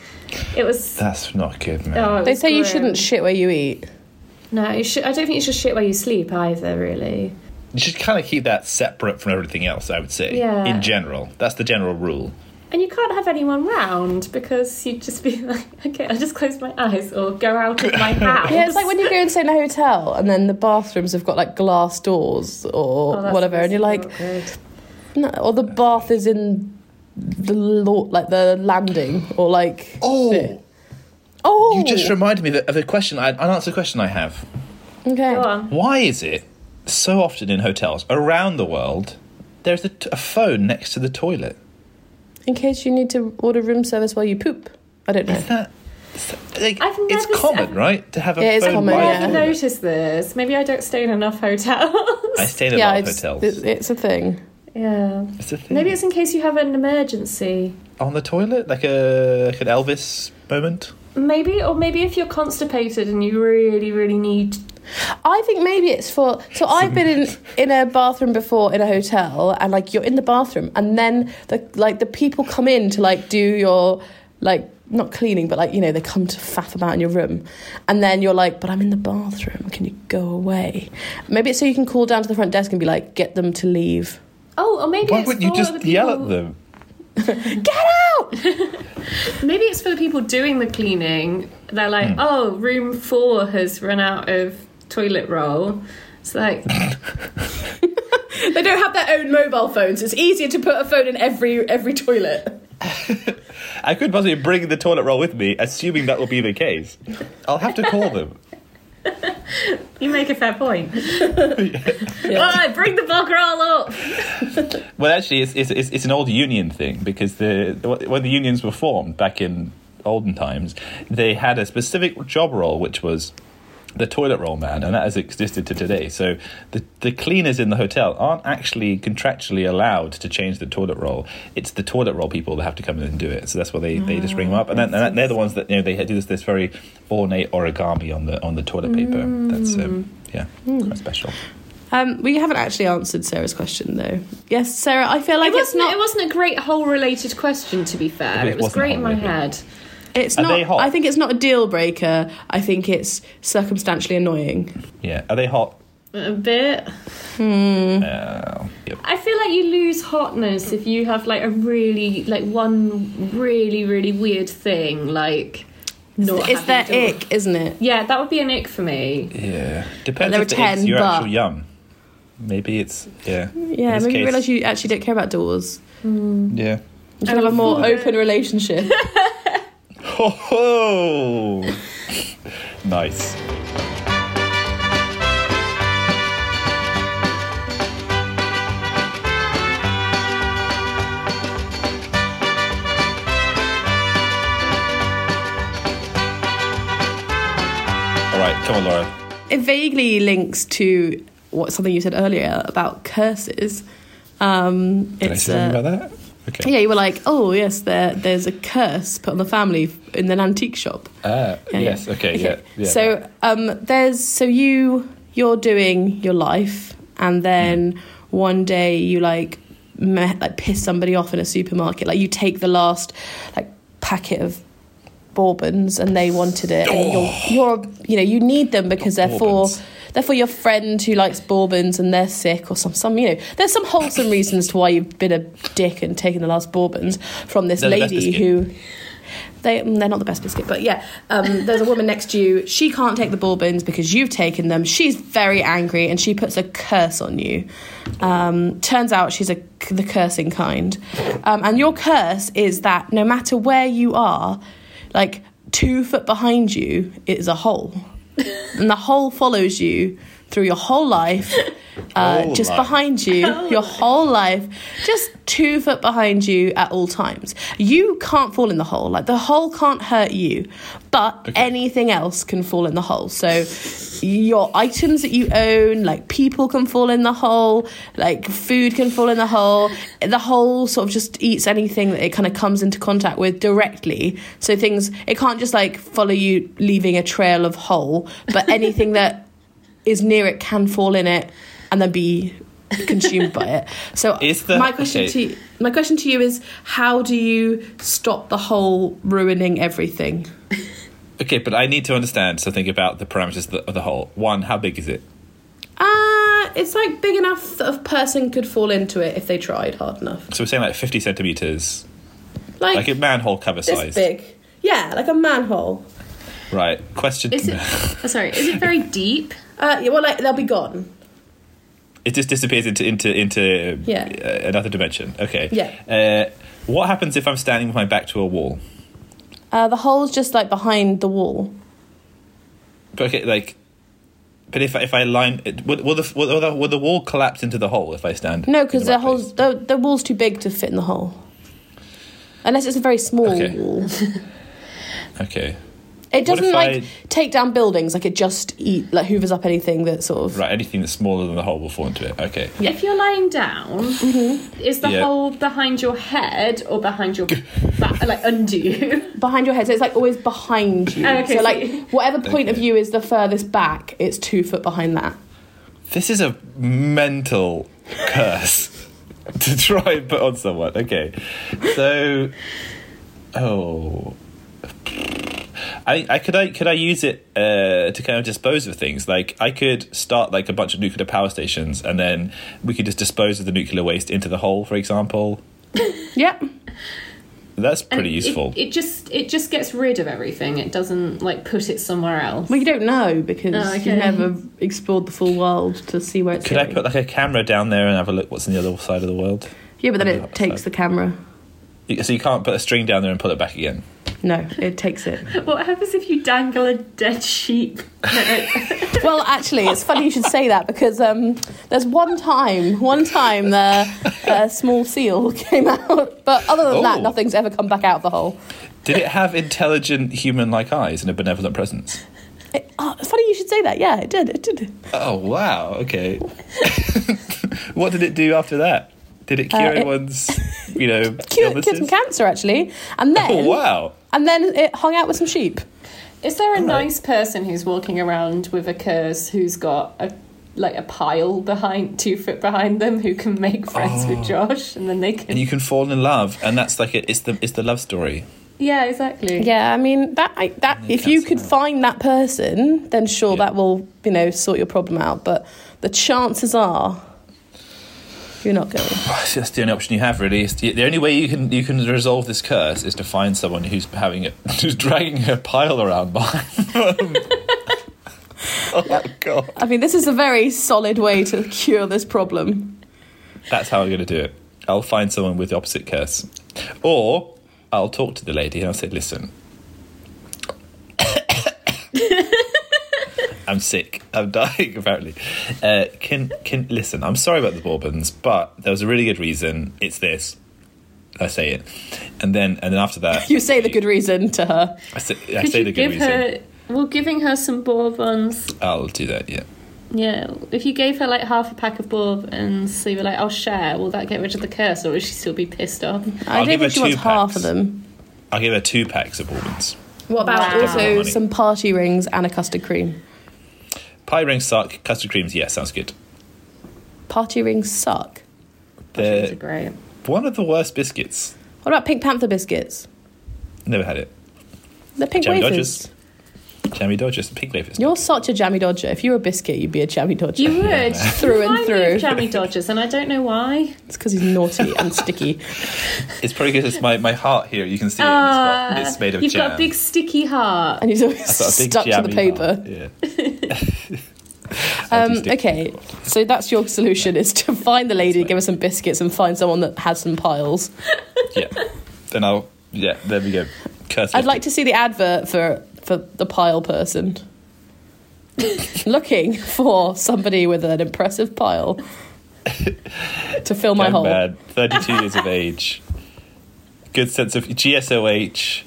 Speaker 3: It was.
Speaker 2: That's not good, man.
Speaker 3: Oh, it
Speaker 1: They
Speaker 3: was
Speaker 1: say you
Speaker 3: grim.
Speaker 1: shouldn't shit where you eat.
Speaker 3: No, you should, I don't think you should shit where you sleep either. Really.
Speaker 2: You should kind of keep that separate from everything else. I would say,
Speaker 3: Yeah.
Speaker 2: in general, that's the general rule.
Speaker 3: And you can't have anyone round because you'd just be (laughs) like, okay, I'll just close my eyes or go out
Speaker 2: (laughs)
Speaker 3: of my house.
Speaker 1: Yeah, it's like when you go and stay in a hotel and then the bathrooms have got like glass doors or
Speaker 3: Oh, that's
Speaker 1: whatever, and you're like,
Speaker 3: awkward.
Speaker 1: no, or the bath is in the lo- like the landing or like
Speaker 2: Oh.
Speaker 1: the- oh,
Speaker 2: You just reminded me that- of a question, I- an unanswered question I have.
Speaker 1: okay.
Speaker 3: Go on.
Speaker 2: Why is it so often in hotels around the world there's a, t- a phone next to the toilet?
Speaker 1: In case you need to order room service while you poop, I don't know.
Speaker 2: Is that is that- like,
Speaker 3: I've
Speaker 2: it's
Speaker 3: never s-
Speaker 2: common,
Speaker 3: I've-
Speaker 2: right? To have a
Speaker 1: It is
Speaker 2: phone
Speaker 1: common,
Speaker 2: by
Speaker 3: I
Speaker 2: the
Speaker 1: yeah.
Speaker 3: never
Speaker 2: toilet.
Speaker 3: noticed this. Maybe I don't stay in enough hotels.
Speaker 2: I stay in a
Speaker 1: yeah,
Speaker 2: lot of
Speaker 1: it's,
Speaker 2: hotels.
Speaker 1: it- it's a thing.
Speaker 3: (laughs) yeah.
Speaker 2: It's a thing.
Speaker 3: Maybe it's in case you have an emergency.
Speaker 2: on the toilet, like a like an Elvis moment.
Speaker 3: Maybe, or maybe if you're constipated and you really, really need.
Speaker 1: I think maybe it's for. So I've been in, in a bathroom before in a hotel, and like you're in the bathroom, and then the like the people come in to like do your like not cleaning, but like you know they come to faff about in your room, and then you're like, but I'm in the bathroom. Can you go away? Maybe it's so you can call down to the front desk and be like, get them to leave.
Speaker 3: Oh, or maybe
Speaker 2: Why
Speaker 3: it's
Speaker 2: wouldn't you
Speaker 3: for the
Speaker 2: just
Speaker 3: people...
Speaker 2: yell at them?
Speaker 3: Maybe it's for the people doing the cleaning. They're like,
Speaker 2: Hmm.
Speaker 3: oh, room four has run out of toilet roll. It's like,
Speaker 1: They don't have their own mobile phones. It's easier to put a phone in every every toilet.
Speaker 2: I could possibly bring the toilet roll with me, assuming that will be the case. I'll have to call them.
Speaker 3: you make a fair (laughs) point. All right, bring the bog roll up.
Speaker 2: Well, actually, it's it's, it's, it's an old union thing because the when the unions were formed back in olden times, they had a specific job role which was the toilet roll man, and that has existed to today. So the the cleaners in the hotel aren't actually contractually allowed to change the toilet roll. It's the toilet roll people that have to come in and do it. So that's why they, they just ring them up, and, then, and they're the ones that you know they do this this very ornate origami on the on the toilet paper. That's um, yeah, quite special.
Speaker 1: Um, we haven't actually answered Sarah's question though. Yes, Sarah, I feel like
Speaker 3: It
Speaker 1: it's
Speaker 3: wasn't,
Speaker 1: not.
Speaker 3: it wasn't a great whole related question, to be fair.
Speaker 2: It
Speaker 3: It, was
Speaker 2: wasn't
Speaker 3: great in my
Speaker 2: hole-related.
Speaker 3: head.
Speaker 1: It's
Speaker 2: Are
Speaker 1: not.
Speaker 2: they hot?
Speaker 1: I think it's not a deal breaker. I think it's circumstantially annoying.
Speaker 2: Yeah, are they hot?
Speaker 3: A bit.
Speaker 2: Uh, yep.
Speaker 3: I feel like you lose hotness if you have like a really, like one really, really weird thing. Like, not
Speaker 1: it's their
Speaker 3: having to-
Speaker 1: ick, isn't it?
Speaker 3: Yeah, that would be an ick for me.
Speaker 2: Yeah, depends
Speaker 1: there
Speaker 2: if
Speaker 1: were
Speaker 2: it's
Speaker 1: 10,
Speaker 2: your
Speaker 1: but-
Speaker 2: actual yum. Maybe it's yeah.
Speaker 1: Yeah,
Speaker 2: In this
Speaker 1: maybe you
Speaker 2: case,
Speaker 1: realise you actually don't care about doors.
Speaker 2: yeah.
Speaker 1: You can have a more open relationship.
Speaker 2: Ho ho! (laughs) nice. All right, come on, Laura.
Speaker 1: it vaguely links to what something you said earlier about curses. Um,
Speaker 2: Did I
Speaker 1: it's
Speaker 2: say
Speaker 1: a-
Speaker 2: anything about that? Okay.
Speaker 1: yeah, you were like, oh yes, there, there's a curse put on the family in an antique shop.
Speaker 2: Ah,
Speaker 1: Yeah,
Speaker 2: yes.
Speaker 1: yeah.
Speaker 2: Okay. Yeah. yeah.
Speaker 1: So um, there's so
Speaker 2: Hmm.
Speaker 1: you you're doing your life, and then one day you like meh, like piss somebody off in a supermarket. Like you take the last like packet of bourbons and they wanted it, and you're, you're you know you need them because they're
Speaker 2: Oh. Bourbons.
Speaker 1: for they're for your friend who likes bourbons and they're sick or some some you know there's some wholesome reasons to why you've been a dick and taken the last bourbons from this
Speaker 2: They're the best
Speaker 1: lady
Speaker 2: biscuit.
Speaker 1: who they, mm, they're not the best biscuit, but yeah. Um, there's a woman next to you. She can't take the bourbons because you've taken them. She's very angry and she puts a curse on you. Um, turns out she's a, the cursing kind. Um, and your curse is that no matter where you are, like two foot behind you is a hole. and the hole follows you through your whole life, uh,
Speaker 2: Whole
Speaker 1: just
Speaker 2: life.
Speaker 1: behind behind you your whole life, just two foot behind you at all times. You can't fall in the hole. Like the hole can't hurt you, but anything else can fall in the hole. So your items that you own, like people can fall in the hole, like food can fall in the hole. The hole sort of just eats anything that it kind of comes into contact with directly. So things, it can't just like follow you leaving a trail of hole, but (laughs) anything that is near it can fall in it and then be consumed by it. So
Speaker 2: (laughs) Is the-
Speaker 1: my question
Speaker 2: okay.
Speaker 1: to you, my question to you is how do you stop the whole ruining everything?
Speaker 2: Okay, but I need to understand. So think about the parameters of the, of the hole. One, how big is it?
Speaker 1: Uh it's like big enough that a person could fall into it if they tried hard enough.
Speaker 2: So we're saying like fifty centimeters,
Speaker 1: Like,
Speaker 2: like a manhole cover
Speaker 1: this
Speaker 2: size,
Speaker 1: big. Yeah, like a manhole.
Speaker 2: right? Question:
Speaker 3: Is
Speaker 2: (sighs)
Speaker 3: it? sorry, is it very deep?
Speaker 1: Uh, yeah, well, like they'll be gone.
Speaker 2: (laughs) It just disappears into into into
Speaker 1: Yeah.
Speaker 2: uh, another dimension. Okay.
Speaker 1: Yeah.
Speaker 2: Uh, what happens if I'm standing with my back to a wall?
Speaker 1: Uh, the hole's just like behind the wall.
Speaker 2: But okay, like, but if I- if I line, it- will, will the will the, will the wall collapse into the hole if I stand?
Speaker 1: No,
Speaker 2: in
Speaker 1: because
Speaker 2: right
Speaker 1: the hole's the, the wall's too big to fit in the hole. Unless it's a very small
Speaker 2: Okay.
Speaker 1: wall.
Speaker 2: place? Okay.
Speaker 1: It
Speaker 2: What if
Speaker 1: doesn't like
Speaker 2: I-
Speaker 1: take down buildings. Like it just eat like hoovers up anything that sort of.
Speaker 2: Right. Anything that's smaller than the hole will fall into it. Okay.
Speaker 3: If you're lying down, is the
Speaker 2: Yeah.
Speaker 3: hole behind your head or behind your back, like under you?
Speaker 1: behind your head. So it's like always behind you.
Speaker 3: Oh, okay,
Speaker 1: so
Speaker 3: so
Speaker 1: like
Speaker 3: you-
Speaker 1: whatever point of
Speaker 2: Okay.
Speaker 1: view is the furthest back, it's two foot behind that.
Speaker 2: This is a mental curse (laughs) to try and put on someone. Okay. So, oh. I, I could I could I use it uh, to kind of dispose of things. Like I could start like a bunch of nuclear power stations, and then we could just dispose of the nuclear waste into the hole, for example.
Speaker 1: Yep.
Speaker 2: That's
Speaker 3: And
Speaker 2: pretty
Speaker 3: it-
Speaker 2: useful.
Speaker 3: It, just it just gets rid of everything. It doesn't like put it somewhere else.
Speaker 1: Well, you don't know because
Speaker 3: Oh, okay.
Speaker 1: you've never explored the full world to see where it's
Speaker 2: could I
Speaker 1: going.
Speaker 2: put like a camera down there and have a look what's on the other side of the world?
Speaker 1: yeah, but then
Speaker 2: Oh,
Speaker 1: it takes
Speaker 2: sorry.
Speaker 1: the camera.
Speaker 2: So you can't put a string down there and pull it back again.
Speaker 1: No, it takes it.
Speaker 3: What happens if you dangle a dead sheep?
Speaker 1: (laughs) Well, actually, it's funny you should say that because um, there's one time, one time the uh, small seal (laughs) came out, but other than that,
Speaker 2: Oh.
Speaker 1: nothing's ever come back out of the hole.
Speaker 2: Did it have intelligent human-like eyes and a benevolent presence?
Speaker 1: It, oh, it's funny you should say that. Yeah, it did. It did.
Speaker 2: Oh wow! Okay. (laughs) what did it do after that? Did it cure
Speaker 1: Uh, it-
Speaker 2: anyone's,
Speaker 1: (laughs)
Speaker 2: you know,
Speaker 1: Cured, cured
Speaker 2: illnesses?
Speaker 1: some cancer actually,
Speaker 2: (laughs)
Speaker 1: and then
Speaker 2: Oh wow!
Speaker 1: and then it hung out with some sheep.
Speaker 3: Is there a nice person who's walking around with a curse who's got a like a pile behind two foot behind them who can make friends with Josh and then they can
Speaker 2: Oh. And you can fall in love, and that's like a, it's the it's the love story.
Speaker 3: Yeah, exactly.
Speaker 1: Yeah, I mean that I, that
Speaker 2: they
Speaker 1: if you
Speaker 2: cancel
Speaker 1: could
Speaker 2: out.
Speaker 1: find that person, then sure
Speaker 2: Yeah.
Speaker 1: that will you know sort your problem out. But the chances are you're not going.
Speaker 2: That's that's the only option you have, really. It's the, the only way you can you can resolve this curse is to find someone who's having it, (laughs) who's dragging a pile around behind (laughs)
Speaker 1: (laughs)
Speaker 2: them. oh my god!
Speaker 1: I mean, this is a very solid way to cure this problem.
Speaker 2: That's how I'm going to do it. I'll find someone with the opposite curse. Or I'll talk to the lady and I'll say, listen. (coughs) I'm sick. I'm dying, (laughs) apparently. Uh, can, can, listen, I'm sorry about the Bourbons, but there was a really good reason. It's this. I say it. And then, and then after that,
Speaker 1: You say the good reason to her.
Speaker 2: I say, I
Speaker 3: Could
Speaker 2: say
Speaker 3: you
Speaker 2: the good
Speaker 3: give
Speaker 2: reason.
Speaker 3: her well giving her some bourbons
Speaker 2: I'll do that, yeah.
Speaker 3: yeah if you gave her like half a pack of bourbons so you were like I'll share will that get rid of the curse or would she still be pissed off
Speaker 1: I
Speaker 2: I'll
Speaker 1: don't
Speaker 2: give her
Speaker 1: think she wants
Speaker 2: two
Speaker 1: half of
Speaker 2: packs.
Speaker 1: them.
Speaker 2: I'll give her two packs of Bourbons.
Speaker 1: What about
Speaker 3: Wow.
Speaker 1: also
Speaker 2: Money.
Speaker 1: some party rings and a custard cream?
Speaker 2: Pie rings suck. Custard creams, yeah, sounds good.
Speaker 1: Party rings suck.
Speaker 3: Mushrooms
Speaker 2: They're
Speaker 3: are great.
Speaker 2: one of the worst biscuits.
Speaker 1: What about Pink Panther biscuits?
Speaker 2: Never had it.
Speaker 1: They're pink
Speaker 2: Jammy
Speaker 1: wafers.
Speaker 2: Dodgers. Jammy Dodgers, pink wafers.
Speaker 1: You're such a jammy dodger. If you were a biscuit, you'd be a jammy dodger.
Speaker 3: You would
Speaker 1: Through and
Speaker 3: remind me
Speaker 1: through.
Speaker 3: of Jammy Dodgers, and I don't know why.
Speaker 1: It's because he's naughty and sticky.
Speaker 2: It's probably because it's my, my heart here. You can see it. It's,
Speaker 3: Ah,
Speaker 2: got- it's made of
Speaker 3: you've
Speaker 2: jam.
Speaker 3: got a big sticky heart.
Speaker 1: And he's always
Speaker 2: I've got a big
Speaker 1: stuck to the
Speaker 2: jammy
Speaker 1: paper. (laughs)
Speaker 2: heart, yeah. (laughs)
Speaker 1: Um, okay, so that's your solution is to find the lady, give her some biscuits, and find someone that has some piles.
Speaker 2: Yeah. Then I'll. Yeah, there we go. Curse
Speaker 1: I'd like to see the advert for for the pile person. (laughs) Looking for somebody with an impressive
Speaker 2: (laughs)
Speaker 1: pile to fill my
Speaker 2: Young
Speaker 1: hole.
Speaker 2: man,
Speaker 1: (laughs)
Speaker 2: 32 years of age. Good sense of GSOH.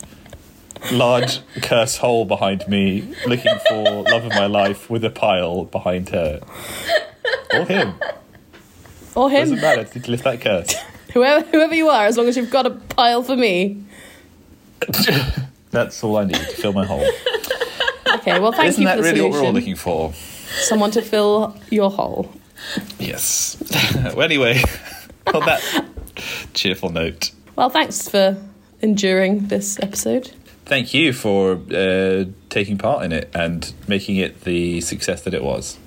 Speaker 2: Large curse hole behind me, looking for love of my life with a pile behind her. Or him.
Speaker 1: Or
Speaker 2: Doesn't
Speaker 1: him.
Speaker 2: matter. Need to lift that curse.
Speaker 1: Whoever whoever you are, as long as you've got a pile for me.
Speaker 2: That's all I need to fill my hole.
Speaker 1: Okay, well thank
Speaker 2: Isn't
Speaker 1: you
Speaker 2: that
Speaker 1: for the
Speaker 2: really what we're all
Speaker 1: solution.
Speaker 2: looking for?
Speaker 1: Someone to fill your hole.
Speaker 2: Yes. (laughs) well, anyway, on that cheerful note.
Speaker 1: Well, thanks for enduring this episode.
Speaker 2: thank you for uh, taking part in it and making it the success that it was.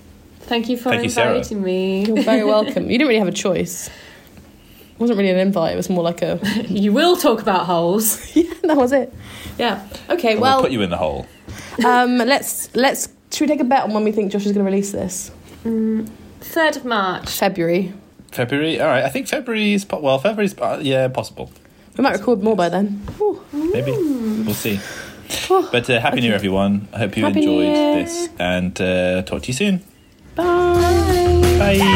Speaker 3: Thank you for
Speaker 2: Thank you, Sarah.
Speaker 3: inviting me.
Speaker 1: You're (laughs) very welcome. You didn't really have a choice. It wasn't really an invite, it was more like a (laughs)
Speaker 3: You will talk
Speaker 2: (laughs)
Speaker 3: about holes.
Speaker 1: Yeah, that was it.
Speaker 3: Yeah.
Speaker 1: Okay,
Speaker 2: And
Speaker 1: well
Speaker 2: we'll put you in the hole.
Speaker 1: um let's let's should we take a bet on when we think Josh is gonna release this?
Speaker 3: 3rd of March.
Speaker 1: February.
Speaker 2: February. All right. I think February is po- well. February's po- yeah possible.
Speaker 1: We might record more by then. Ooh.
Speaker 2: Maybe
Speaker 1: Hmm.
Speaker 2: we'll see.
Speaker 1: Whew.
Speaker 2: But uh, happy New Year, everyone. I hope you
Speaker 1: Happy New
Speaker 2: enjoyed
Speaker 1: Year.
Speaker 2: this and uh, talk to you soon.
Speaker 1: Bye.
Speaker 2: Bye.